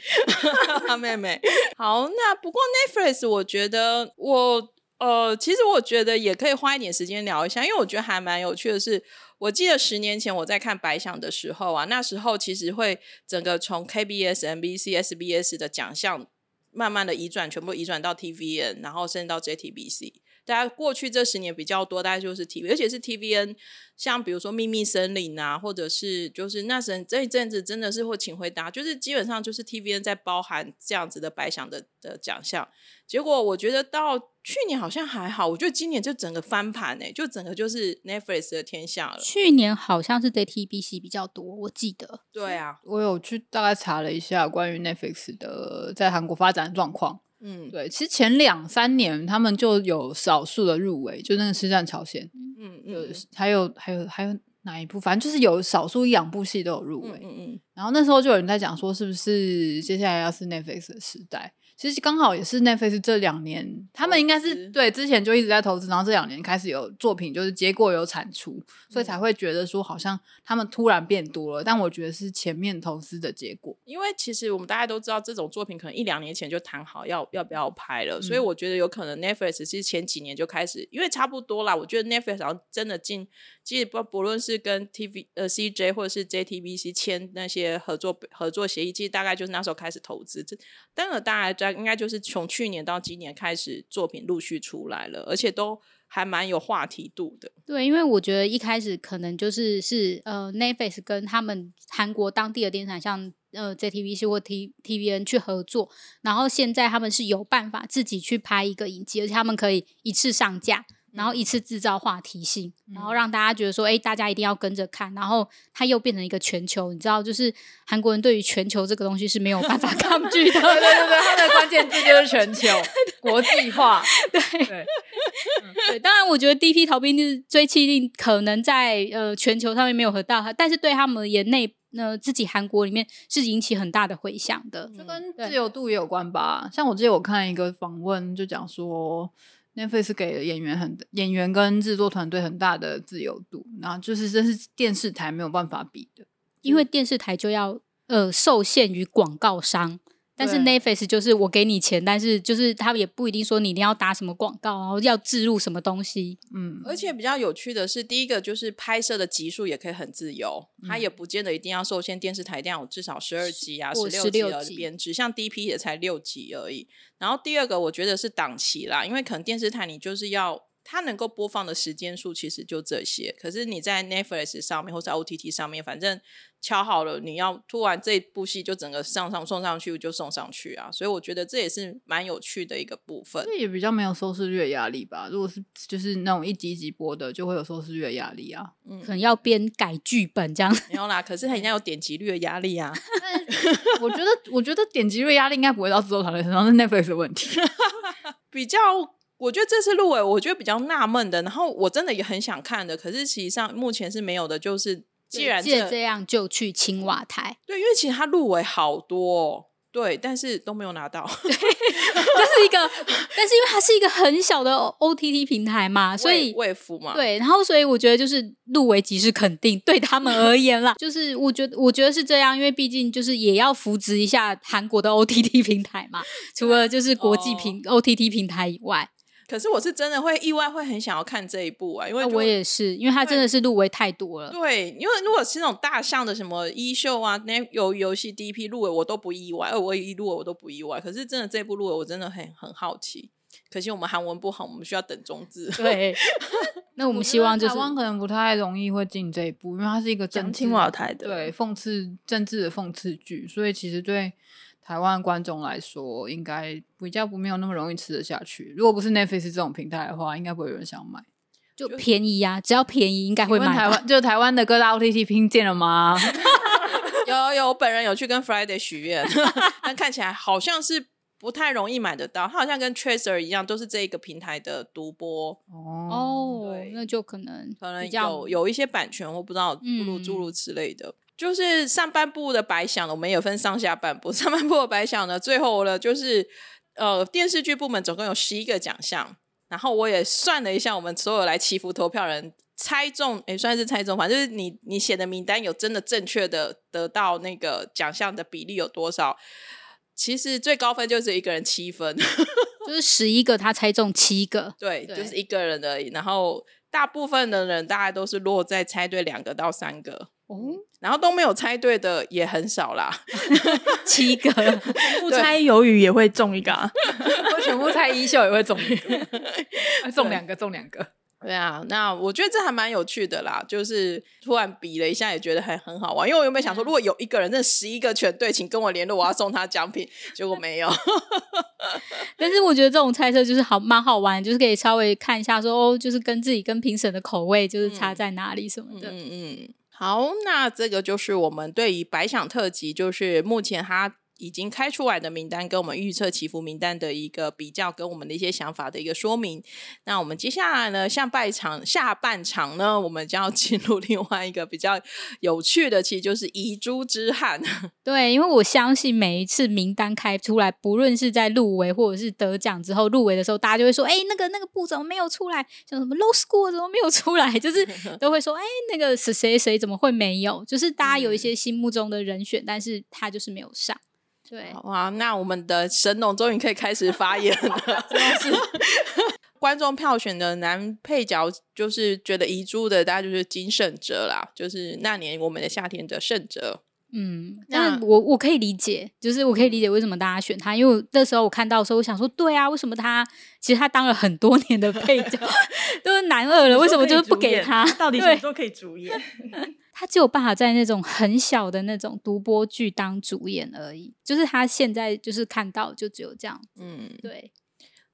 Speaker 1: 他 妹妹。好，那不过 Netflix，我觉得我呃，其实我觉得也可以花一点时间聊一下，因为我觉得还蛮有趣的是。我记得十年前我在看《白想》的时候啊，那时候其实会整个从 KBS、MBC、SBS 的奖项慢慢的移转，全部移转到 TVN，然后甚至到 JTBC。大家过去这十年比较多，大概就是 TV，而且是 TVN，像比如说《秘密森林》啊，或者是就是那阵这一阵子真的是会请回答，就是基本上就是 TVN 在包含这样子的白想的的奖项。结果我觉得到去年好像还好，我觉得今年就整个翻盘哎、就整个就是 Netflix 的天下了。
Speaker 4: 去年好像是 JTBC 比较多，我记得。
Speaker 1: 对啊，
Speaker 2: 我有去大概查了一下关于 Netflix 的在韩国发展的状况。
Speaker 1: 嗯
Speaker 2: 对，其实前两三年他们就有少数的入围，就那个《师战朝鲜》
Speaker 1: 嗯
Speaker 2: 有
Speaker 1: 嗯
Speaker 2: 还有还有还有哪一部，反正就是有少数一两部戏都有入围。
Speaker 1: 嗯嗯
Speaker 2: 然后那时候就有人在讲说，是不是接下来要是 Netflix 的时代？其实刚好也是 Netflix 这两年，他们应该
Speaker 1: 投资
Speaker 2: 是对之前就一直在投资，然后这两年开始有作品，就是结果有产出，所以才会觉得说好像他们突然变多了。但我觉得是前面投资的结果。
Speaker 1: 因为其实我们大家都知道，这种作品可能一两年前就谈好要要不要拍了，所以我觉得有可能 Netflix 是前几年就开始，因为差不多啦。我觉得 Netflix 好像真的进，其实不不论是跟 TV 呃 CJ 或者是 JTBC 签那些合作合作协议，其实大概就是那时候开始投资。这当然，大家应该就是从去年到今年开始作品陆续出来了，而且都还蛮有话题度的。
Speaker 4: 对，因为我觉得一开始可能就是是呃 Netflix 跟他们韩国当地的电视台，像呃 JTBC 或 T TVN 去合作，然后现在他们是有办法自己去拍一个影集，而且他们可以一次上架，然后
Speaker 1: 嗯
Speaker 4: 一次制造话题性，然后
Speaker 2: 嗯
Speaker 4: 让大家觉得说，哎、大家一定要跟着看，然后它又变成一个全球，你知道，就是韩国人对于全球这个东西是没有办法 抗拒
Speaker 2: 对
Speaker 4: 的，
Speaker 2: 对对，他们的关键字就是全 球国际化。 对对，
Speaker 4: 对，当然，我觉得《第一批逃兵》就是追气令，可能在呃全球上面没有和到，但是对他们也内呃自己韩国里面是引起很大的回响的。
Speaker 2: 就嗯跟
Speaker 4: 嗯对
Speaker 2: 自由度也有关吧。像我记得我看一个访问，就讲说 Netflix 给了演员很演员跟制作团队很大的自由度，然后就是这是电视台没有办法比的。
Speaker 4: 因为电视台就要呃受限于广告商，但是
Speaker 2: 对
Speaker 4: Netflix 就是我给你钱，但是就是他也不一定说你一定要打什么广告，然后要植入什么东西。
Speaker 2: 嗯，
Speaker 1: 而且比较有趣的是，第一个就是拍摄的集数也可以很自由，它也不见得一定要受限电视台一定要有至嗯少十二集啊、
Speaker 4: 或
Speaker 1: 十
Speaker 4: 16
Speaker 1: 六集
Speaker 4: 集
Speaker 1: 的编制，像第一批也才六集而已。然后第二个，我觉得是档期啦，因为可能电视台你就是要。它能够播放的时间数其实就这些，可是你在 Netflix 上面或是 OTT 上面，反正敲好了，你要突然这部戏就整个上上送上去就送上去啊，所以我觉得这也是蛮有趣的一个部分。
Speaker 2: 这也比较没有收视率的压力吧。如果是就是那种一集一集播的，就会有收视率的压力啊。
Speaker 1: 嗯
Speaker 4: 可，能要编改剧本这样，
Speaker 1: 没有啦，可是它人家有点击率的压力啊。
Speaker 2: 我觉得，我觉得点击率压力应该不会到制作团队身上，是 Netflix 的问题。
Speaker 1: 比较，我觉得这次入围，我觉得比较纳闷的，然后我真的也很想看的，可是实际上目前是没有的。就是既然
Speaker 4: 借
Speaker 1: 这
Speaker 4: 这样就去青瓦台，
Speaker 1: 对，因为其实他入围好多、哦，对，但是都没有拿到。
Speaker 4: 就是一个，但是因为它是一个很小的 OTT 平台嘛， 所以
Speaker 1: 卫卫福嘛，，
Speaker 4: 对，然后所以我觉得就是入围即是肯定，对他们而言啦，就是我觉得我觉得是这样，因为毕竟就是也要扶植一下韩国的 OTT 平台嘛，除了就是国际平、OTT 平台以外，
Speaker 1: 可是我是真的会意外，会很想要看这一部啊，因为
Speaker 4: 那
Speaker 1: 就
Speaker 4: 我也是，因为它真的是入围太多 了。
Speaker 1: 对，因为如果是那种大项的什么衣袖啊，那游游戏第一批入围我都不意外，呃二我一入围我都不意外。可是真的这部入围我真的很很好奇，可惜我们韩文不好，我们需要等中字。
Speaker 4: 对， 那我们希望就是
Speaker 2: 台湾可能不太容易会进这一步，因为它是一个
Speaker 3: 讲
Speaker 2: 政治
Speaker 3: 青瓦台的，
Speaker 2: 对，讽刺政治的讽刺剧，所以其实对台湾观众来说，应该比较不没有那么容易吃得下去。如果不是 Netflix 这种平台的话，应该不会有人想买。
Speaker 4: 就便宜呀、只要便宜应该会
Speaker 2: 请问
Speaker 4: 买
Speaker 2: 台
Speaker 4: 吧。
Speaker 2: 湾就台湾的各大 OTT 拼见了 吗？
Speaker 1: 有有，我本人有去跟 Friday 许愿， 但看起来好像是不太容易买得到。它好像跟 Tracer 一样，都是这一个平台的独播，
Speaker 2: 哦，
Speaker 4: 哦
Speaker 1: 对，
Speaker 4: 那就可能
Speaker 1: 可能
Speaker 4: 比较
Speaker 1: 有有一些版权，我不知道诸如
Speaker 4: 嗯
Speaker 1: 诸如此类的。就是上半部的白想了，我们也有分上下半部。 上半部的白想呢，最后呢就是呃电视剧部门总共有十一个奖项，然后我也算了一下，我们所有来祈福投票人猜中，也算是猜中，反正就是你你写的名单有真的正确的得到那个奖项的比例有多少？其实最高分就是一个人七分，
Speaker 4: 就是十一个他猜中七个，
Speaker 1: 对，
Speaker 4: 对
Speaker 1: 就是一个人而已。然后大部分的人大概都是落在猜对两个到三个，
Speaker 4: 哦，
Speaker 1: 然后都没有猜对的也很少啦。
Speaker 4: 七个，
Speaker 3: 不猜鱿鱼也会中一个、啊。
Speaker 2: 我全部猜一秀也会中一个， 中两个，中两个。
Speaker 1: 对啊，那我觉得这还蛮有趣的啦，就是突然比了一下，也觉得还很好玩。因为我原本想说，如果有一个人这十一个全对，请跟我联络，我要送他奖品，结果没有。
Speaker 4: 但是我觉得这种猜测就是好蛮好玩，就是可以稍微看一下说哦，就是跟自己跟评审的口味就是差在哪里什么的。
Speaker 1: 嗯嗯，好，那这个就是我们对于百想特辑，就是目前它已经开出来的名单，跟我们预测祈福名单的一个比较，跟我们的一些想法的一个说明。那我们接下来呢，下半场下半场呢，我们就要进入另外一个比较有趣的，其实就是遗珠之憾。
Speaker 4: 对，因为我相信每一次名单开出来，不论是在入围或者是得奖之后入围的时候，大家就会说，哎、那个那个部怎么没有出来？像什么 low school 怎么没有出来？就是都会说，哎、那个谁谁谁怎么会没有？就是大家有一些心目中的人选，但是他就是没有上。对，
Speaker 1: 好啊，那我们的神农终于可以开始发言 了。观众票选的男配角，就是觉得遗珠的，大家就是金圣哲啦，就是那年我们的夏天的圣哲。
Speaker 4: 嗯，
Speaker 1: 那
Speaker 4: 但是我我可以理解，就是我可以理解为什么大家选他，因为我那时候我看到的时候，我想说，对啊，为什么他其实他当了很多年的配角， 都是男二了，为什么就是不给他？
Speaker 3: 到底什么
Speaker 4: 对
Speaker 3: 时，候可以主演？
Speaker 4: 他只有办法在那种很小的那种独播剧当主演而已，就是他现在就是看到就只有这样，
Speaker 1: 嗯，
Speaker 4: 对，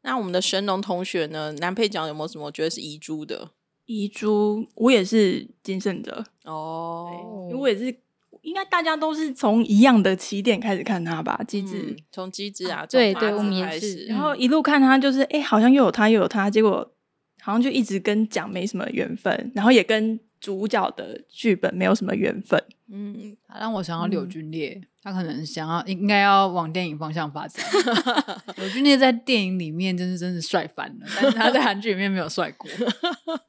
Speaker 1: 那我们的神农同学呢，男配角有没有什么觉得是遗珠的？
Speaker 3: 遗珠，我也是金圣哲，
Speaker 1: 哦，
Speaker 3: 因为我也是，应该大家都是从一样的起点开始看他吧，机智。
Speaker 1: 嗯从机智啊，
Speaker 4: 对
Speaker 1: 从八
Speaker 4: 对我
Speaker 1: 字
Speaker 4: 们也
Speaker 1: 开
Speaker 4: 是
Speaker 1: 始
Speaker 3: 然后一路看他，就是哎、诶好像又有他，又有他，结果好像就一直跟奖没什么缘分，然后也跟主角的剧本没有什么缘分。
Speaker 1: 嗯，
Speaker 2: 他让我想到柳
Speaker 3: 嗯
Speaker 2: 俊烈，他可能想要应该要往电影方向发 展。柳俊烈在电影里面真是真是帅翻了，但是他在韩剧里面没有帅过。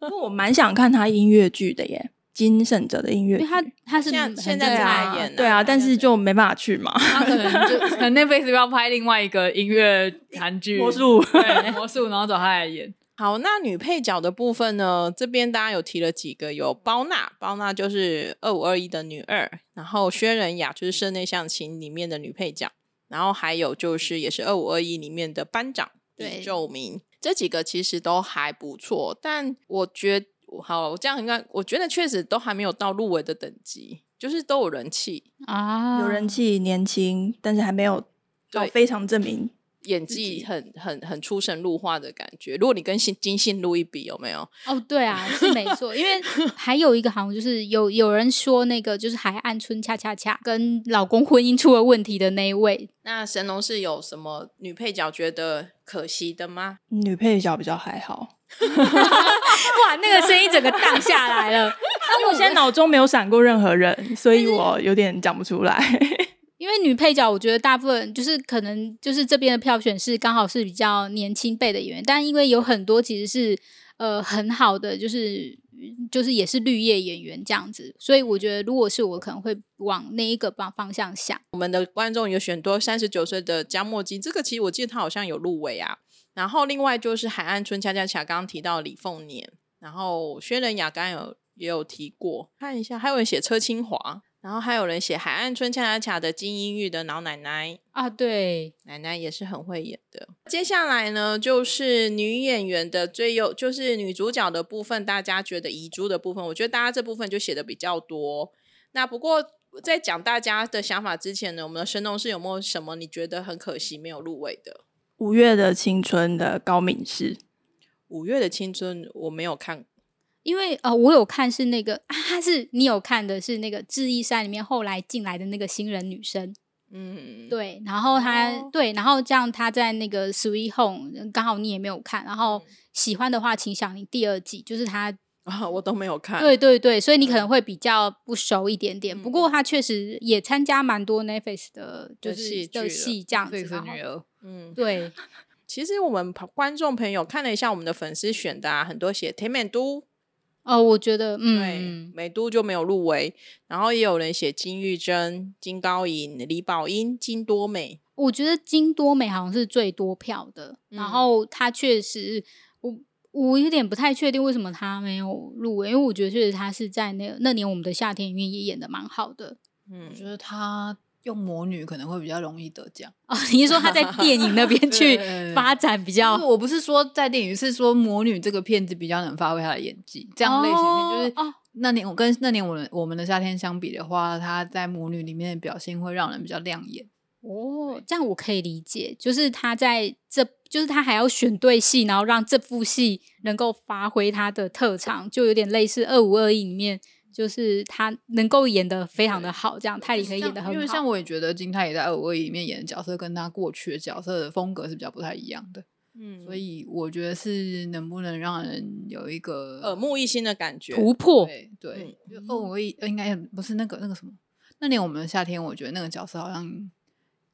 Speaker 3: 不过我蛮想看他音乐剧的耶，金圣哲的音乐剧
Speaker 4: 因为。他他是
Speaker 1: 现
Speaker 4: 很
Speaker 1: 在现
Speaker 4: 正
Speaker 1: 在
Speaker 4: 常
Speaker 1: 才
Speaker 4: 的
Speaker 1: 演
Speaker 3: 对
Speaker 1: 啊
Speaker 3: 啊，但
Speaker 1: 现
Speaker 3: 是
Speaker 1: 在
Speaker 3: 就没办法去嘛。
Speaker 2: 他可能就可能 Netflix 要拍另外一个音乐韩剧
Speaker 3: 魔术
Speaker 2: 对魔术，然后找他来演。
Speaker 1: 好，那女配角的部分呢？这边大家有提了几个，有包娜，包娜就是二五二一的女二，然后薛仁雅就是《室内象棋》里面的女配角，然后还有就是也是二五二一里面的班长
Speaker 4: 对
Speaker 1: 李宙明，这几个其实都还不错，但我觉好，我这样应该我觉得确实都还没有到入围的等级，就是都有人气，
Speaker 4: 啊，
Speaker 3: 有人气、年轻，但是还没有到
Speaker 1: 对
Speaker 3: 非常证明。
Speaker 1: 演技很很很出神入化的感觉。如果你跟新金信路一比，有没有？
Speaker 4: 哦，对啊，是没错，因为还有一个好像就是有有人说那个就是海岸村恰恰恰跟老公婚姻出了问题的那一位，
Speaker 1: 那神农是有什么女配角觉得可惜的吗？
Speaker 3: 女配角比较还好，
Speaker 4: 哇，那个声音整个荡下来了。
Speaker 3: 因为我现在脑中没有闪过任何人，所以我有点讲不出来。
Speaker 4: 因为女配角，我觉得大部分就是可能就是这边的票选是刚好是比较年轻辈的演员，但因为有很多其实是呃很好的，就是就是也是绿叶演员这样子，所以我觉得如果是我，可能会往那一个方方向想。
Speaker 1: 我们的观众有选多三十九岁的江墨基，这个其实我记得他好像有入围啊。然后另外就是海岸村恰恰恰，刚刚提到李凤年，然后薛仁雅刚刚有也有提过，看一下还有人写车清华，然后还有人写海岸村恰恰恰的金英玉的老奶奶，
Speaker 4: 啊，对，
Speaker 1: 奶奶也是很会演的。接下来呢，就是女演员的最优，就是女主角的部分，大家觉得遗珠的部分，我觉得大家这部分就写的比较多。那不过在讲大家的想法之前呢，我们的神农是有没有什么你觉得很可惜没有入围的？
Speaker 3: 五月的青春的高敏是
Speaker 1: 五月的青春我没有看，
Speaker 4: 因为呃，我有看是那个啊，他是你有看的是那个《智异山》里面后来进来的那个新人女生，
Speaker 1: 嗯，，
Speaker 4: 对，然后他、
Speaker 1: 哦
Speaker 4: 对，然后这样他在那个《Sweet Home》刚好你也没有看，然后
Speaker 1: 嗯
Speaker 4: 喜欢的话，请响铃第二季，就是他
Speaker 1: 啊， 我都没有看，
Speaker 4: 对，对对，所以你可
Speaker 1: 嗯
Speaker 4: 能会比较不熟一点点。不过他确实也参加蛮多 Netflix 的，就
Speaker 1: 的戏
Speaker 4: 是
Speaker 1: 剧了
Speaker 4: 的戏这样子。
Speaker 2: 这个是
Speaker 4: 然后
Speaker 2: 女儿，
Speaker 1: 嗯，
Speaker 4: 对，
Speaker 1: 其实我们观众朋友看了一下我们的粉丝选的、啊，很多写甜美都，
Speaker 4: 哦，我觉得
Speaker 1: 对
Speaker 4: 嗯，，
Speaker 1: 美都就没有入围，然后也有人写金玉珍、金高银、李宝英、金多美，
Speaker 4: 我觉得金多美好像是最多票的，
Speaker 1: 嗯
Speaker 4: 然后他确实，我我有点不太确定为什么他没有入围，因为我觉得确实他是在那那年我们的夏天里面也演的蛮好的。
Speaker 1: 嗯
Speaker 2: 我，觉得他用魔女可能会比较容易得奖。
Speaker 4: 哦，你是说他在电影那边 去
Speaker 2: 对
Speaker 4: 发展比
Speaker 2: 就
Speaker 4: 较
Speaker 2: 是我不是说在电影，是说魔女这个片子比较能发挥她的演技。这样类型片就是
Speaker 4: 哦哦
Speaker 2: 那年我跟那年我们我们的夏天相比的话，她在魔女里面的表现会让人比较亮眼。
Speaker 4: 哦，这样我可以理解，就是他在这，就是他还要选对戏，然后让这部戏能够发挥他的特长，就有点类似《二五二一》里面，就是他能够演的非常的好，这样泰里可以演的很好。
Speaker 2: 因为像我也觉得金泰也在《二五二一》里面演的角色跟她过去的角色的风格是比较不太一样的，
Speaker 1: 嗯
Speaker 2: 所以我觉得是能不能让人有一个
Speaker 1: 耳目一新的感觉，
Speaker 4: 突破，
Speaker 2: 对对，
Speaker 3: 嗯
Speaker 2: 就二五二一应该不是那个那个什么，那年我们的夏天，我觉得那个角色好像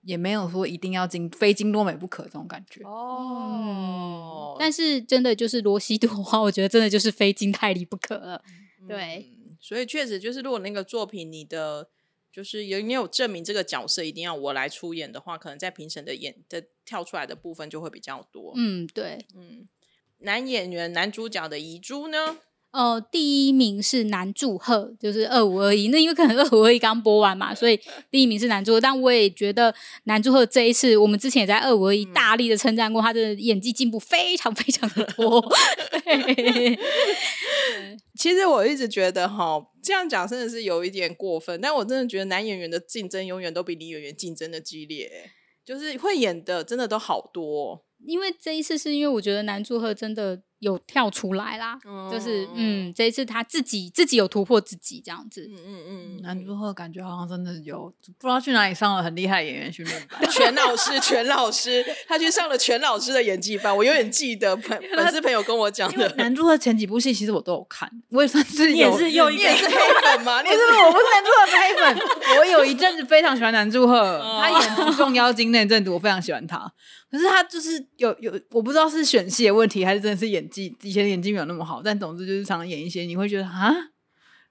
Speaker 2: 也没有说一定要金非金多美不可这种感
Speaker 3: 哦
Speaker 2: 觉。
Speaker 1: 哦
Speaker 4: 嗯但是真的就是罗西朵的话，我觉得真的就是非金泰里不可了。对
Speaker 1: 嗯所以确实就是如果那个作品你的就是有你有证明这个角色一定要我来出演的话，可能在评审的演的跳出来的部分就会比较多，
Speaker 4: 嗯，对，
Speaker 1: 嗯，男演员男主角的遗珠呢？
Speaker 4: 呃，第一名是南柱赫，就是二五二一。那因为可能二五二一刚播完嘛，所以第一名是南柱赫。但我也觉得南柱赫这一次，我们之前也在二五二一大力的称赞过他的演技进步非常非常的多。 对
Speaker 1: 其实我一直觉得哈，这样讲真的是有一点过分，但我真的觉得男演员的欸竞争永远都比女演员竞争的激烈，就是会演的真的都好多。
Speaker 4: 因为这一次是因为我觉得南柱赫真的有跳出来啦，
Speaker 1: 哦
Speaker 4: 就是嗯，这一次他自己自己有突破自己这样子，
Speaker 1: 嗯嗯嗯，
Speaker 2: 男主赫感觉好像真的有，不知道去哪里上了很厉害的演员训练班。
Speaker 1: 全老师，全老师，他去上了全老师的演技班，我永远记得粉粉丝朋友跟我讲
Speaker 2: 因为
Speaker 1: 的。
Speaker 2: 男主赫前几部戏其实我都有看，我也算是
Speaker 3: 你也
Speaker 2: 有
Speaker 3: 是又
Speaker 1: 你
Speaker 3: 一
Speaker 1: 也
Speaker 3: 个
Speaker 1: 是黑粉吗？你也
Speaker 2: 不
Speaker 1: 是
Speaker 2: 是，我不是男主赫的黑粉，我有一阵子非常喜欢男祝 贺，
Speaker 1: 哦
Speaker 2: 他演《重妖精》那阵子，我非常喜欢他。可是他就是有有，我不知道是选戏的问题，还是真的是演技，以前演技没有那么好。但总之就是常常演一些你会觉得啊，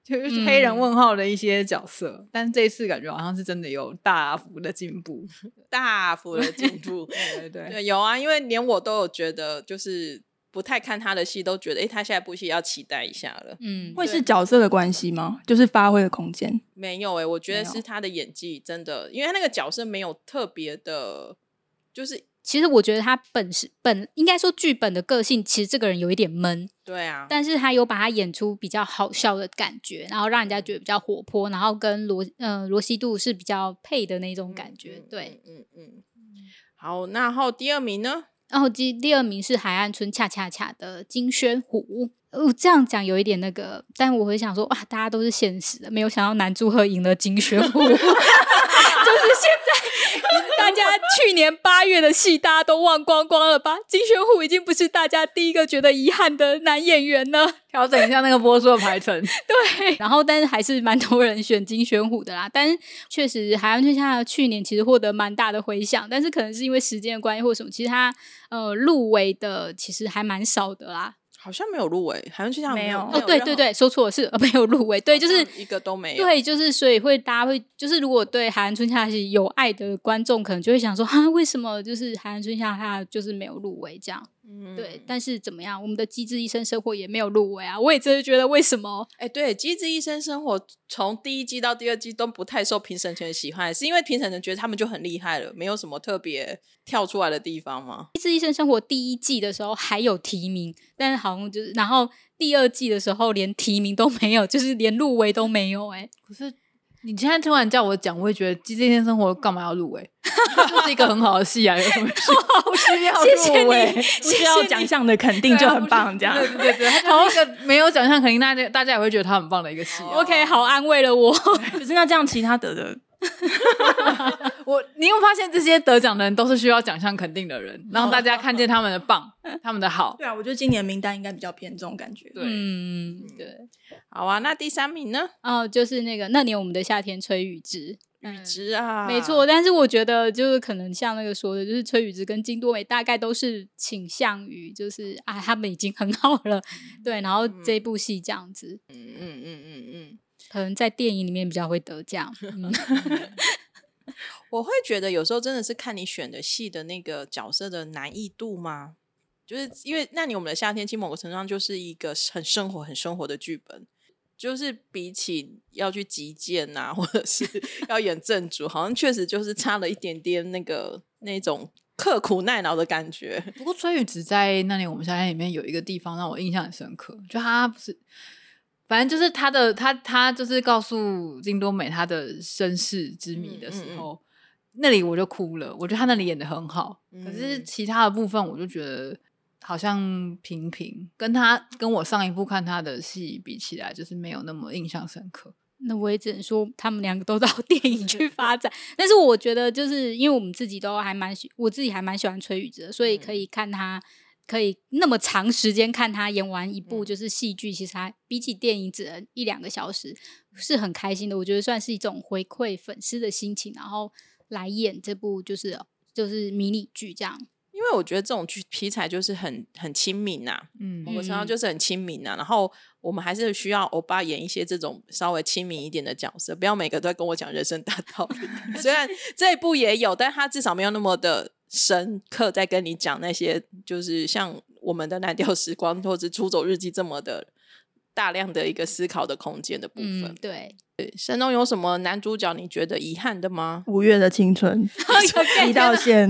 Speaker 2: 就是黑人问号的一些角色。但这一次感觉好像是真的有大幅的进步。
Speaker 1: 大幅的进步。
Speaker 2: 对对对，
Speaker 1: 对，有啊，因为连我都有觉得，就是不太看他的戏，都觉得哎、诶他下一部戏要期待一下了。
Speaker 4: 嗯，
Speaker 3: 会是角色的关系吗？就是发挥的空间。
Speaker 1: 没有哎、我觉得
Speaker 2: 没有
Speaker 1: 是他的演技真的，因为他那个角色没有特别的，就是
Speaker 4: 其实我觉得他本是本应该说剧本的个性，其实这个人有一点闷，
Speaker 1: 对啊，
Speaker 4: 但是他有把他演出比较好笑的感觉，然后让人家觉得比较活泼，然后跟罗嗯、罗西度是比较配的那种感觉。
Speaker 1: 嗯
Speaker 4: 对，，
Speaker 1: 嗯嗯嗯嗯好，那然后第二名呢？
Speaker 4: 然后第第二名是海岸村恰恰恰的金宣虎。哦，这样讲有一点那个，但我会想说，哇，大家都是现实的，没有想到男祝贺赢了金宣虎， 就是现在大家去年八月的戏大家都忘光光了吧？金宣虎已经不是大家第一个觉得遗憾的男演员了。
Speaker 2: 调整一下那个播出的排程。
Speaker 4: 然后但是还是蛮多人选金选虎的啦。但确实，海岸春夏去年其实获得蛮大的回响，但是可能是因为时间的关系或什么，其实它呃入围的其实还蛮少的啦。
Speaker 1: 好像没有入围，好像就像
Speaker 3: 没有
Speaker 1: 有
Speaker 4: 哦，对
Speaker 1: 任何
Speaker 4: 对，对，说错了，是、呃、没有入围，对，就
Speaker 1: 好
Speaker 4: 是
Speaker 1: 像。一个都没有。
Speaker 4: 对，就是所以会大家会就是如果对海岸春夏是有爱的观众，可能就会想说哈，为什么就是海岸春夏它就是没有入围这样？
Speaker 1: 嗯
Speaker 4: 对，但是怎么样，我们的《机智医生生活》也没有入围啊，我也真的觉得为什么？
Speaker 1: 哎、对，《机智医生生活》从第一季到第二季都不太受评审团喜欢，是因为评审团觉得他们就很厉害了，没有什么特别跳出来的地方吗？
Speaker 4: 《智医生生活》第一季的时候还有提名，但是好像就是，然后第二季的时候连提名都没有，就是连入围都没有、哎，
Speaker 2: 可是 你现在突然叫我讲，我会觉得《机智天生活》干嘛要入 围？它就是一个很好的戏啊，有什么 需不需要欸
Speaker 4: 谢谢
Speaker 2: 入围？
Speaker 3: 需要奖项的
Speaker 2: 啊
Speaker 3: 肯定就很棒，这样。
Speaker 2: 对对对，它就是一个没有奖项，肯定大家大家也会觉得它很棒的一个戏、
Speaker 3: 哦
Speaker 2: 啊。
Speaker 4: OK，好安慰了我。
Speaker 3: 可是那这样其他得的
Speaker 2: 我你有没有发现这些得奖的人都是需要奖项肯定的人，让
Speaker 3: 哦
Speaker 2: 大家看见他们的棒、他们的好。
Speaker 3: 对啊，我觉得今年名单应该比较偏这种感觉。？
Speaker 2: 对
Speaker 4: 嗯，对，
Speaker 1: 好啊，那第三名呢？
Speaker 4: 哦，就是那个那年我们的夏天崔宇植，
Speaker 1: 雨植啊，
Speaker 4: 嗯没错，，但是我觉得就是可能像那个说的，就是崔宇植跟金多美大概都是倾向于就是啊，他们已经很好了，对，然后这部戏这样子，
Speaker 1: 嗯嗯嗯嗯嗯，
Speaker 4: 可能在电影里面比较会得奖。嗯
Speaker 1: 我会觉得有时候真的是看你选的戏的那个角色的难易度吗？就是因为那你我们的夏天，其实某个程度上就是一个很生活、很生活的剧本。就是比起要去击剑呐，或者是 要演正主，好像确实就是差了一点点那个那种刻苦耐劳的感觉。
Speaker 2: 不过崔宇植在那年我们夏天里面有一个地方让我印象很深刻，就他不是，反正就是他的他他就是告诉金多美他的身世之谜的时候，那里我就哭了，我觉得他那里演的很好，可是
Speaker 1: 嗯
Speaker 2: 其他的部分我就觉得好像平平，跟他跟我上一部看他的戏比起来，就是没有那么印象深刻。
Speaker 4: 那我也只能说，他们两个都到 电影去发展。但是我觉得，就是因为我们自己都还蛮喜，我自己还蛮喜欢崔宇植的，所以可以看他，可以那么长时间看他演完一部
Speaker 1: 嗯
Speaker 4: 就是戏剧，其实还比起电影只能一两个小时，是很开心的。我觉得算是一种回馈粉丝的心情，然后来演这部就是就是迷你剧这样。
Speaker 1: 因为我觉得这种剧题材就是很很亲民啊呐、
Speaker 2: 嗯
Speaker 1: 我，们常常
Speaker 4: 嗯
Speaker 1: 就是很亲民啊呐、然后我们还是需要欧巴演一些这种稍微亲民一点的角色，不要每个都在跟我讲人生大道理。 虽然这一部也有，但他至少没有那么的深刻在跟你讲那些，就是像我们的《蓝调时光》或者《出走日记》这么的大量的一个思考的空间的部
Speaker 4: 嗯
Speaker 1: 分，。
Speaker 4: 对，
Speaker 1: 山东有什么男主角你觉得遗憾的吗
Speaker 3: 五月的青 春提到现，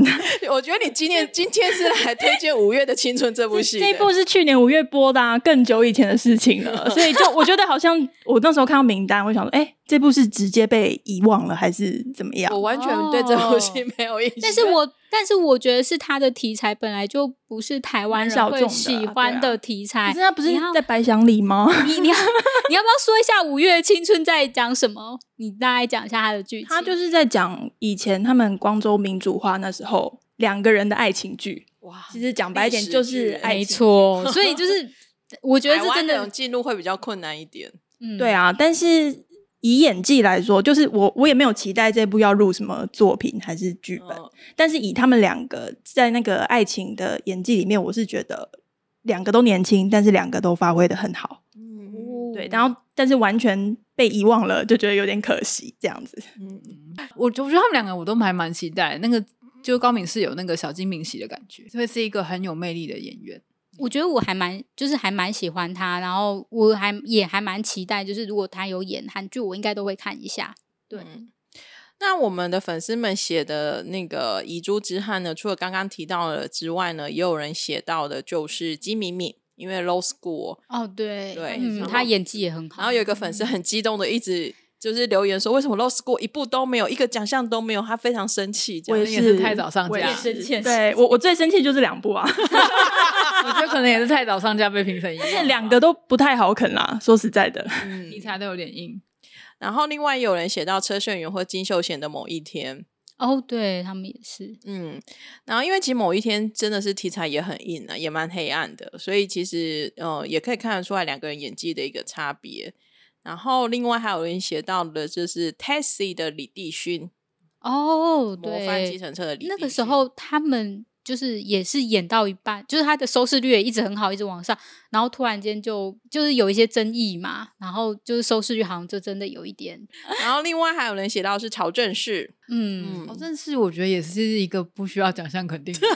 Speaker 1: 我觉得你今天今天是来推荐《五月的青春》这部戏的，
Speaker 3: 这一部是去年五月播的、啊，更久以前的事情了。所以就我觉得好像我那时候看到名单，我想说，哎、这部是直接被遗忘了还是怎么样
Speaker 1: 我？完全对这部戏
Speaker 4: 哦
Speaker 1: 没有印象。
Speaker 4: 但是我但是我觉得是他的题材本来就不是台湾
Speaker 3: 蛮
Speaker 4: 人
Speaker 3: 小
Speaker 4: 会
Speaker 3: 众的
Speaker 4: 喜
Speaker 3: 啊
Speaker 4: 欢
Speaker 3: 对啊
Speaker 4: 的题材
Speaker 3: 可是。他不是
Speaker 4: 你要
Speaker 3: 在白想里吗？
Speaker 4: 你你要 你要不要说一下《五月的青春》在讲什么？你大概讲一下他的剧情。
Speaker 3: 他就是在讲以前他们光州民主化那时候两个人的爱情剧。
Speaker 1: 哇，
Speaker 3: 其实讲白一点，就是哎爱情
Speaker 4: 没。错，所以就是 我觉得
Speaker 1: 哎台
Speaker 4: 是
Speaker 1: 湾
Speaker 4: 真
Speaker 1: 那种
Speaker 4: 的，
Speaker 1: 进入会比较困难一点。
Speaker 4: 嗯，
Speaker 3: 对啊，但是以演技来说，就是我我也没有期待这部要入什么作品还是剧本，
Speaker 1: 嗯
Speaker 3: 但是以他们两个在那个爱情的演技里面，我是觉得两个都年轻，但是两个都发挥的很好。
Speaker 1: 嗯
Speaker 4: 哦，
Speaker 3: 对，然后但是完全被遗忘了，就觉得有点可惜这样子。
Speaker 1: 嗯嗯
Speaker 2: 我我觉得他们两个我都还蛮期待，那个就是高敏是有那个小金敏喜的感觉，会是一个很有魅力的演员。
Speaker 4: 我觉得我还蛮，就是还蛮喜欢他，然后我还也还蛮期待，就是如果他有演韩剧，我应该都会看一下。对，
Speaker 1: 嗯那我们的粉丝们写的那个《遗珠之憾》呢，除了刚刚提到了之外呢，也有人写到的就是金敏敏，因为 Low School，
Speaker 4: 哦，对
Speaker 1: 对
Speaker 4: 嗯，
Speaker 1: 然后
Speaker 4: 他演技也很好。
Speaker 1: 然后有一个粉丝很激动的一直就是留言说，为什么 Low School 一部都没有，一个奖项都没有，他非常生气。这
Speaker 3: 我
Speaker 1: 样
Speaker 3: 也
Speaker 2: 也
Speaker 3: 是
Speaker 2: 是太早上
Speaker 3: 我也
Speaker 2: 架
Speaker 3: 是
Speaker 4: 生气很
Speaker 3: 对我我最生气就是两部啊，
Speaker 2: 我觉得可能也是太早上架被评审遗忘吧，
Speaker 3: 两个都不太好啃啦。说实在的，
Speaker 1: 嗯
Speaker 2: 题材都有点硬。
Speaker 1: 然后另外有人写到车炫元或金秀贤的某一天，
Speaker 4: 哦，对他们也是，
Speaker 1: 嗯，然后因为其实某一天真的是题材也很硬啊，也蛮黑暗的，所以其实呃也可以看得出来两个人演技的一个差别。然后另外还有人写到的就是 Taxi 的李帝勋，
Speaker 4: 哦，
Speaker 1: 模范计
Speaker 4: 对，
Speaker 1: 程车的李帝勋，
Speaker 4: 那个时候他们就是也是演到一半，就是他的收视率也一直很好，一直往上，然后突然间就就是有一些争议嘛，然后就是收视率好像就真的有一点，
Speaker 1: 然后另外还有人写到是曹正奭，嗯，
Speaker 4: 嗯，
Speaker 2: 哦，正是我觉得也是一个不需要奖项肯 定的。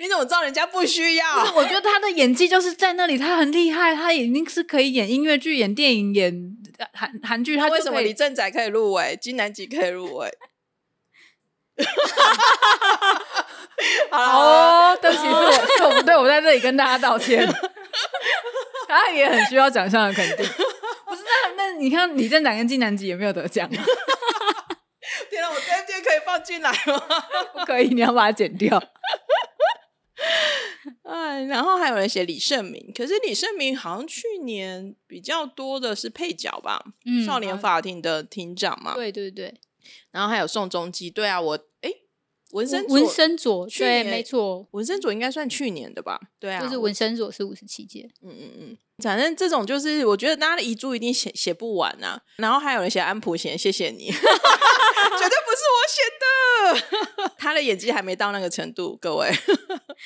Speaker 1: 你怎么知道人家不需
Speaker 2: 但
Speaker 1: 要？
Speaker 2: 我觉得他的演技就是在那里，他很厉害，他已经是可以演音乐剧、演电影、演韩韩剧， 他就
Speaker 1: 为什么
Speaker 2: 可以
Speaker 1: 李正宰可以入围，金南吉可以入围？ 好啦
Speaker 2: 好哦，对不起，是我是我不对，我在这里跟大家道歉。 他也很需要奖项的肯定， 不是那那你看李正宰跟金南吉也没有得奖 啊，
Speaker 1: 天哪，我这一句可以放进来吗？
Speaker 2: 不可以，你要把它剪掉。
Speaker 1: 哎，然后还有人写李胜明，可是李胜明好像去年比较多的是配角吧，
Speaker 4: 嗯
Speaker 1: 少年法庭的庭长嘛。
Speaker 4: 对对对，
Speaker 1: 然后还有宋仲基，对啊，我哎，文森
Speaker 4: 文
Speaker 1: 佐
Speaker 4: 森佐，
Speaker 1: 去
Speaker 4: 对，
Speaker 1: 年
Speaker 4: 没错，
Speaker 1: 文森佐应该算去年的吧？对啊，
Speaker 4: 就是
Speaker 1: 我
Speaker 4: 文森佐是五十七届，
Speaker 1: 嗯嗯嗯，反正这种就是我觉得大家的遗嘱一定写写不完啊。然后还有人写安普贤，谢谢你，绝对 不是我写的， 他的演技还没到那个程度，各位。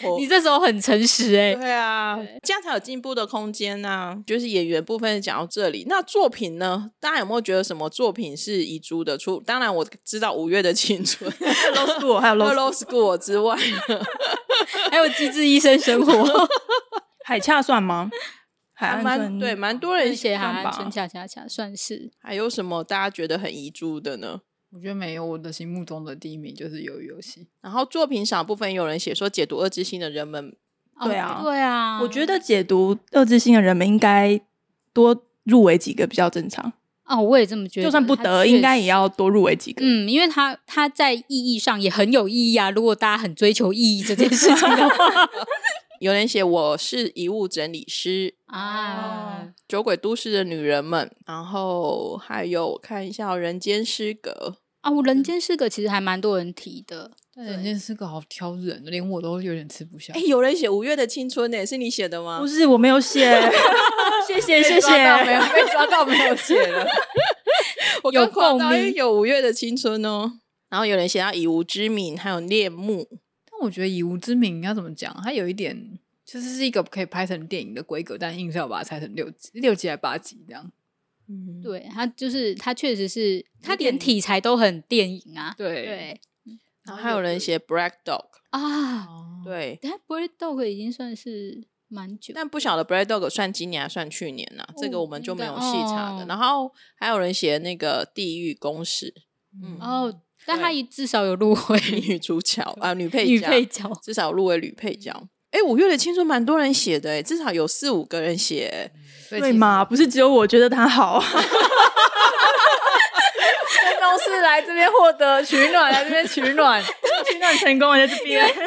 Speaker 1: 我
Speaker 4: 你这时候很诚实哎、
Speaker 1: 对啊
Speaker 4: 对，
Speaker 1: 这样才有进步的空间呐、就是演员部分讲到这里，那作品呢？大家有没有觉得什么作品是遗珠的？出当然我知道《五月的青春》
Speaker 3: 《Low School》还有《
Speaker 1: 除
Speaker 3: Low
Speaker 1: 了《Low
Speaker 3: School
Speaker 1: School》之外呢，
Speaker 4: 还有《机智医生生活》
Speaker 3: 海恰算吗？海
Speaker 1: 还
Speaker 3: 岸
Speaker 1: 蛮
Speaker 3: 村
Speaker 1: 对，蛮多
Speaker 4: 而
Speaker 1: 人
Speaker 4: 且
Speaker 1: 写
Speaker 4: 还
Speaker 1: 吧。
Speaker 4: 安恰恰恰算是
Speaker 1: 还有什么大家觉得很遗珠的呢？
Speaker 2: 我觉得没有，我的心目中的第一名就是鱿鱼游戏。
Speaker 1: 然后作品赏部分有人写说解读二之心的人们，
Speaker 4: 哦
Speaker 3: 对啊
Speaker 4: 对啊，
Speaker 3: 我觉得解读恶之心的人们应该多入围几个比较正常，
Speaker 4: 哦，我也这么觉得，
Speaker 3: 就算不
Speaker 4: 他
Speaker 3: 得，
Speaker 4: 确
Speaker 3: 应该也
Speaker 4: 实。
Speaker 3: 要多入围几个。
Speaker 4: 嗯，因为他他在意义上也很有意义啊。如果大家很追求意义这件事情的话
Speaker 1: 有人写我是遗物整理师，
Speaker 4: 啊
Speaker 3: 哦，
Speaker 1: 酒鬼都市的女人们，然后还有我看一下哦、人间失格，
Speaker 4: 啊，我《人间失格》其实还蛮多人提的，
Speaker 2: 但
Speaker 4: 对
Speaker 2: 人间是个好挑人的，连我都有点吃不消。
Speaker 1: 哎、有人写五月的青春呢、是你写的吗
Speaker 3: 不？是，我没有写， 谢谢谢
Speaker 2: 被抓到没
Speaker 3: 谢。
Speaker 2: 有被抓到没有解了。
Speaker 1: 我
Speaker 4: 有
Speaker 1: 刚夸
Speaker 4: 共
Speaker 1: 到哎
Speaker 4: 鸣
Speaker 1: 有五月的青春哦。然后有人写到以无之名，还有恋慕，
Speaker 2: 但我觉得以无之名要怎么讲？它有一点就是是一个可以拍成电影的规格，但硬是要把它拆成六集、六集还八集这样。
Speaker 1: 嗯，
Speaker 4: 对他就是他确实是他
Speaker 2: 有点
Speaker 4: 连题材都很电影啊，
Speaker 2: 对
Speaker 4: 对
Speaker 1: 然后还有人哦写 Black Dog，
Speaker 4: 啊，
Speaker 2: 对，
Speaker 1: 对，
Speaker 4: 他 Bird Dog 已经算是蛮久，
Speaker 1: 但不晓得 Black Dog 算今年还算去年呢、这个我们就没有细查哦的。
Speaker 4: 应该哦
Speaker 1: 然后还有人写那个地狱公使嗯
Speaker 4: 哦，但
Speaker 1: 对
Speaker 4: 他也至少有入围
Speaker 1: 女主角啊、女配
Speaker 4: 女
Speaker 1: 角，
Speaker 4: 配角，
Speaker 1: 至少入围女配角。哎，五月的青春蛮多人写的，哎，至少有四五个人写诶。
Speaker 2: 所以
Speaker 3: 对
Speaker 2: 其实
Speaker 3: 嘛？不是只有我觉得他好，
Speaker 2: 真的，众是来这边获得取暖，来这边取暖。
Speaker 3: 取暖成功了在这 边，
Speaker 4: 因为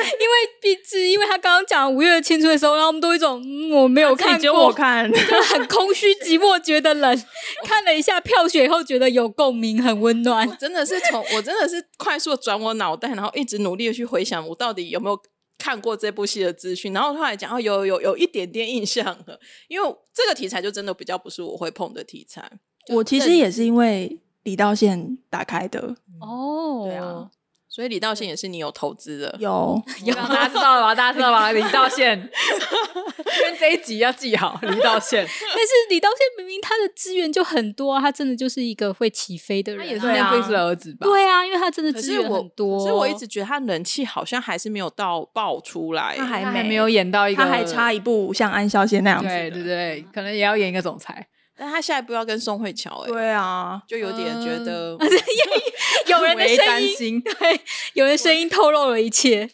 Speaker 4: 毕竟，因为他刚刚讲五月的青春的时候，然后我们都有一种、嗯、我没有
Speaker 3: 自己
Speaker 4: 看
Speaker 3: 揪
Speaker 4: 过，
Speaker 3: 我看，
Speaker 4: 就很空虚寂寞，觉得冷。看了一下票选以后，觉得有共鸣，很温暖。
Speaker 1: 真的是从我真的是快速地转我脑袋，然后一直努力的去回想我到底有没有看过这部戏的资讯，然后后来讲哦，有有有一点点印象了，因为这个题材就真的比较不是我会碰的题材。
Speaker 3: 我其实也是因为李道宪打开的，
Speaker 4: 哦，
Speaker 1: 对啊，，所以李道宪也是你有投资的，
Speaker 3: 有
Speaker 2: 有大家知道了吧？大家知道吧？李道宪， 因为这一集要记好李道宪，
Speaker 4: 但是李道宪明明他的资源就很多、啊，他真的就是一个会起飞的人、啊，
Speaker 1: 对啊
Speaker 2: Netflix 的儿子吧？
Speaker 4: 对啊，因为他真的
Speaker 1: 可
Speaker 4: 资
Speaker 1: 是
Speaker 4: 源
Speaker 1: 我
Speaker 4: 很多，
Speaker 1: 可是我一直觉得他人气好像还是没有到爆出来，
Speaker 3: 他还
Speaker 2: 他还
Speaker 3: 没
Speaker 2: 没有演到一个，
Speaker 3: 他还差一步像安孝燮那样子
Speaker 2: 对
Speaker 3: 的，
Speaker 2: 对对，可能也要演一个总裁。
Speaker 1: 但他下一步要跟宋慧乔、欸，哎，
Speaker 3: 对啊，
Speaker 1: 就有点觉得，
Speaker 4: 有人的
Speaker 2: 微
Speaker 4: 声
Speaker 2: 担
Speaker 4: 音，
Speaker 2: 心，
Speaker 4: 对，有人声音透露了一切。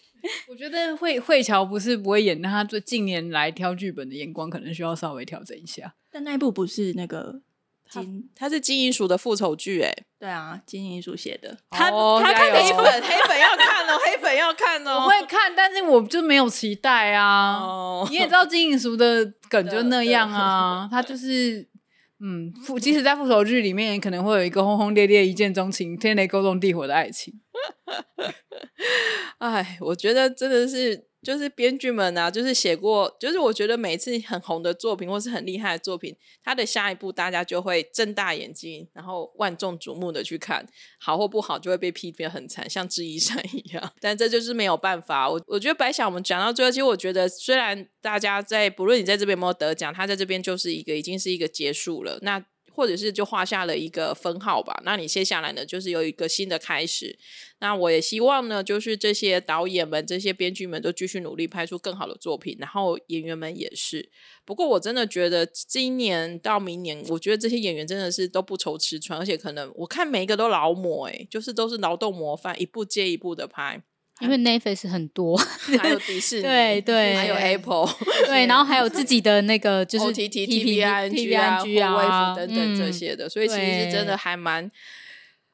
Speaker 2: 我觉得慧慧乔不是不会演，但她最近年来挑剧本的眼光可能需要稍微调整一下。
Speaker 3: 但那一部不是那个金，
Speaker 1: 他是金银鼠的复仇剧、欸，哎，
Speaker 3: 对啊，金银鼠写的，
Speaker 4: 她
Speaker 2: 哦
Speaker 4: 她看
Speaker 2: 加油
Speaker 1: 黑粉黑粉要看哦，黑粉要看
Speaker 2: 我
Speaker 1: 哦，
Speaker 2: 会看，但是我就没有期待啊。
Speaker 1: 哦
Speaker 2: 你也知道金银淑的梗就那样啊，她就是。嗯，复即使在复仇剧里面，可能会有一个轰轰烈烈、一见钟情、天雷勾动地火的爱情。
Speaker 1: 哎，我觉得真的是，就是编剧们啊，就是写过，就是我觉得每一次很红的作品或是很厉害的作品，它的下一步大家就会睁大眼睛，然后万众瞩目的去看，好或不好就会被批评得很惨，像智一山一样。 但这就是没有办法。我我觉得白想我们讲到最后，其实我觉得虽然大家在不论你在这边有没有得奖，他在这边就是一个已经是一个结束了。那或者是就画下了一个分号吧，那你接下来呢，就是有一个新的开始。那我也希望呢，就是这些导演们、这些编剧们都继续努力拍出更好的作品，然后演员们也是。不过我真的觉得今年到明年，我觉得这些演员真的是都不愁吃穿，而且可能我看每一个都劳模、欸，就是都是劳动模范，一部接一部的拍，
Speaker 4: 因为 Netflix 很多，
Speaker 1: 还有迪 士尼，
Speaker 4: 对对
Speaker 1: 还有 Apple，
Speaker 4: 对，然后还有自己的那个就是
Speaker 1: 哦 T T T
Speaker 4: P
Speaker 1: V I N G 啊、
Speaker 4: G
Speaker 1: 或
Speaker 4: 啊
Speaker 1: Wave 等等这
Speaker 4: 嗯
Speaker 1: 些的，所以其实是真
Speaker 4: 对
Speaker 1: 的还蛮，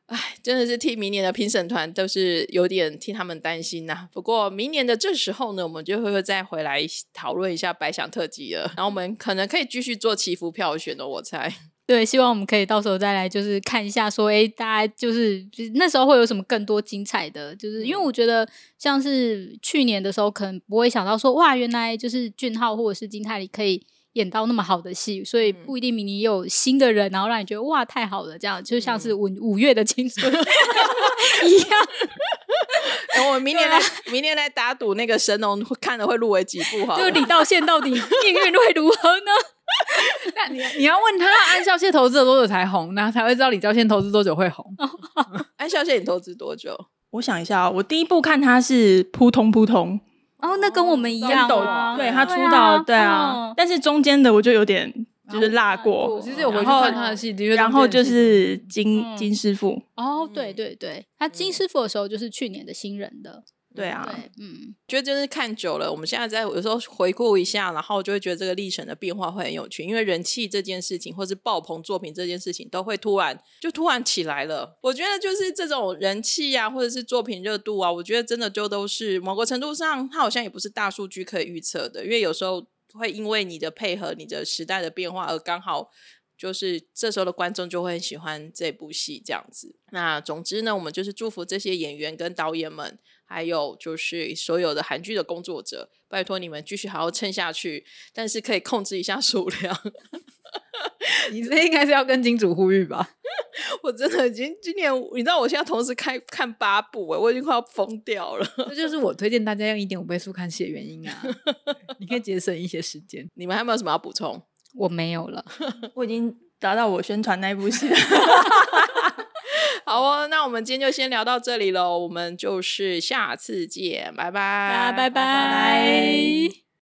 Speaker 1: 哎，真的是替明年的评审团都是有点替他们担心呐、不过明年的这时候呢，我们就会再回来讨论一下百想特辑了，然后我们可能可以继续做祈福票选的，我猜。
Speaker 4: 对，希望我们可以到时候再来，就是看一下说，诶，大家就是就是那时候会有什么更多精彩的，就是
Speaker 2: 嗯
Speaker 4: 因为我觉得像是去年的时候，可能不会想到说，哇，原来就是俊浩或者是金泰梨可以演到那么好的戏，所
Speaker 2: 嗯
Speaker 4: 以不一定明年也有新的人，然后让你觉得哇，太好了，这样就像
Speaker 2: 嗯
Speaker 4: 是五五月的 青春 一样。
Speaker 1: 哎、我们明年来，明年来打赌那个神农会看了会入围几部好了，
Speaker 4: 就李道宪到底命运会如何呢？
Speaker 2: 那你你要问他，安孝燮投资了多久才红，那才会知道李教宪投资多久会红。
Speaker 1: 安小姐，你投资多久？
Speaker 3: 我想一下哦，我第一部看他是扑通扑通，
Speaker 4: 哦，那跟我们一样、
Speaker 3: 抖
Speaker 4: 啊，
Speaker 3: 对他出道，对啊
Speaker 4: 嗯，
Speaker 3: 但是中间的我就有点就是落过，嗯
Speaker 2: 其实我回去
Speaker 3: 然后
Speaker 2: 看他的戏，的确
Speaker 3: 然后就是金
Speaker 4: 嗯
Speaker 3: 金师傅，
Speaker 4: 哦，对对对，他金师傅的时候就是去年的新人的，
Speaker 3: 对啊，
Speaker 4: 对，嗯，
Speaker 1: 觉得就是看久了，我们现在在有时候回顾一下，然后就会觉得这个历程的变化会很有呃趣，因为人气这件事情，或是爆棚作品这件事情，都会突然就突然起来了。我觉得就是这种人气啊，或者是作品热度啊，我觉得真的就都是某个程度上，它好像也不是大数据可以预测的，因为有时候会因为你的配合、你的时代的变化而刚好就是这时候的观众就会很喜欢这部戏这样子。那总之呢，我们就是祝福这些演员跟导演们，还有就是所有的韩剧的工作者，拜托你们继续好好撑下去，但是可以控制一下数量。
Speaker 2: 你这应该是要跟金主呼吁吧？
Speaker 1: 我真的已经今年，你知道我现在同时看看八部、欸，我已经快要疯掉了。
Speaker 2: 这就是我推荐大家用一点五倍速看戏的原因啊， 你可以节省一些时间。
Speaker 1: 你们还有没有什么要补充？
Speaker 4: 我没有了，
Speaker 3: 我已经达到我宣传那一部戏了。
Speaker 1: 好哦，那我们今天就先聊到这里喽，我们就是下次见，拜拜，
Speaker 4: 大家
Speaker 3: 拜
Speaker 4: 拜拜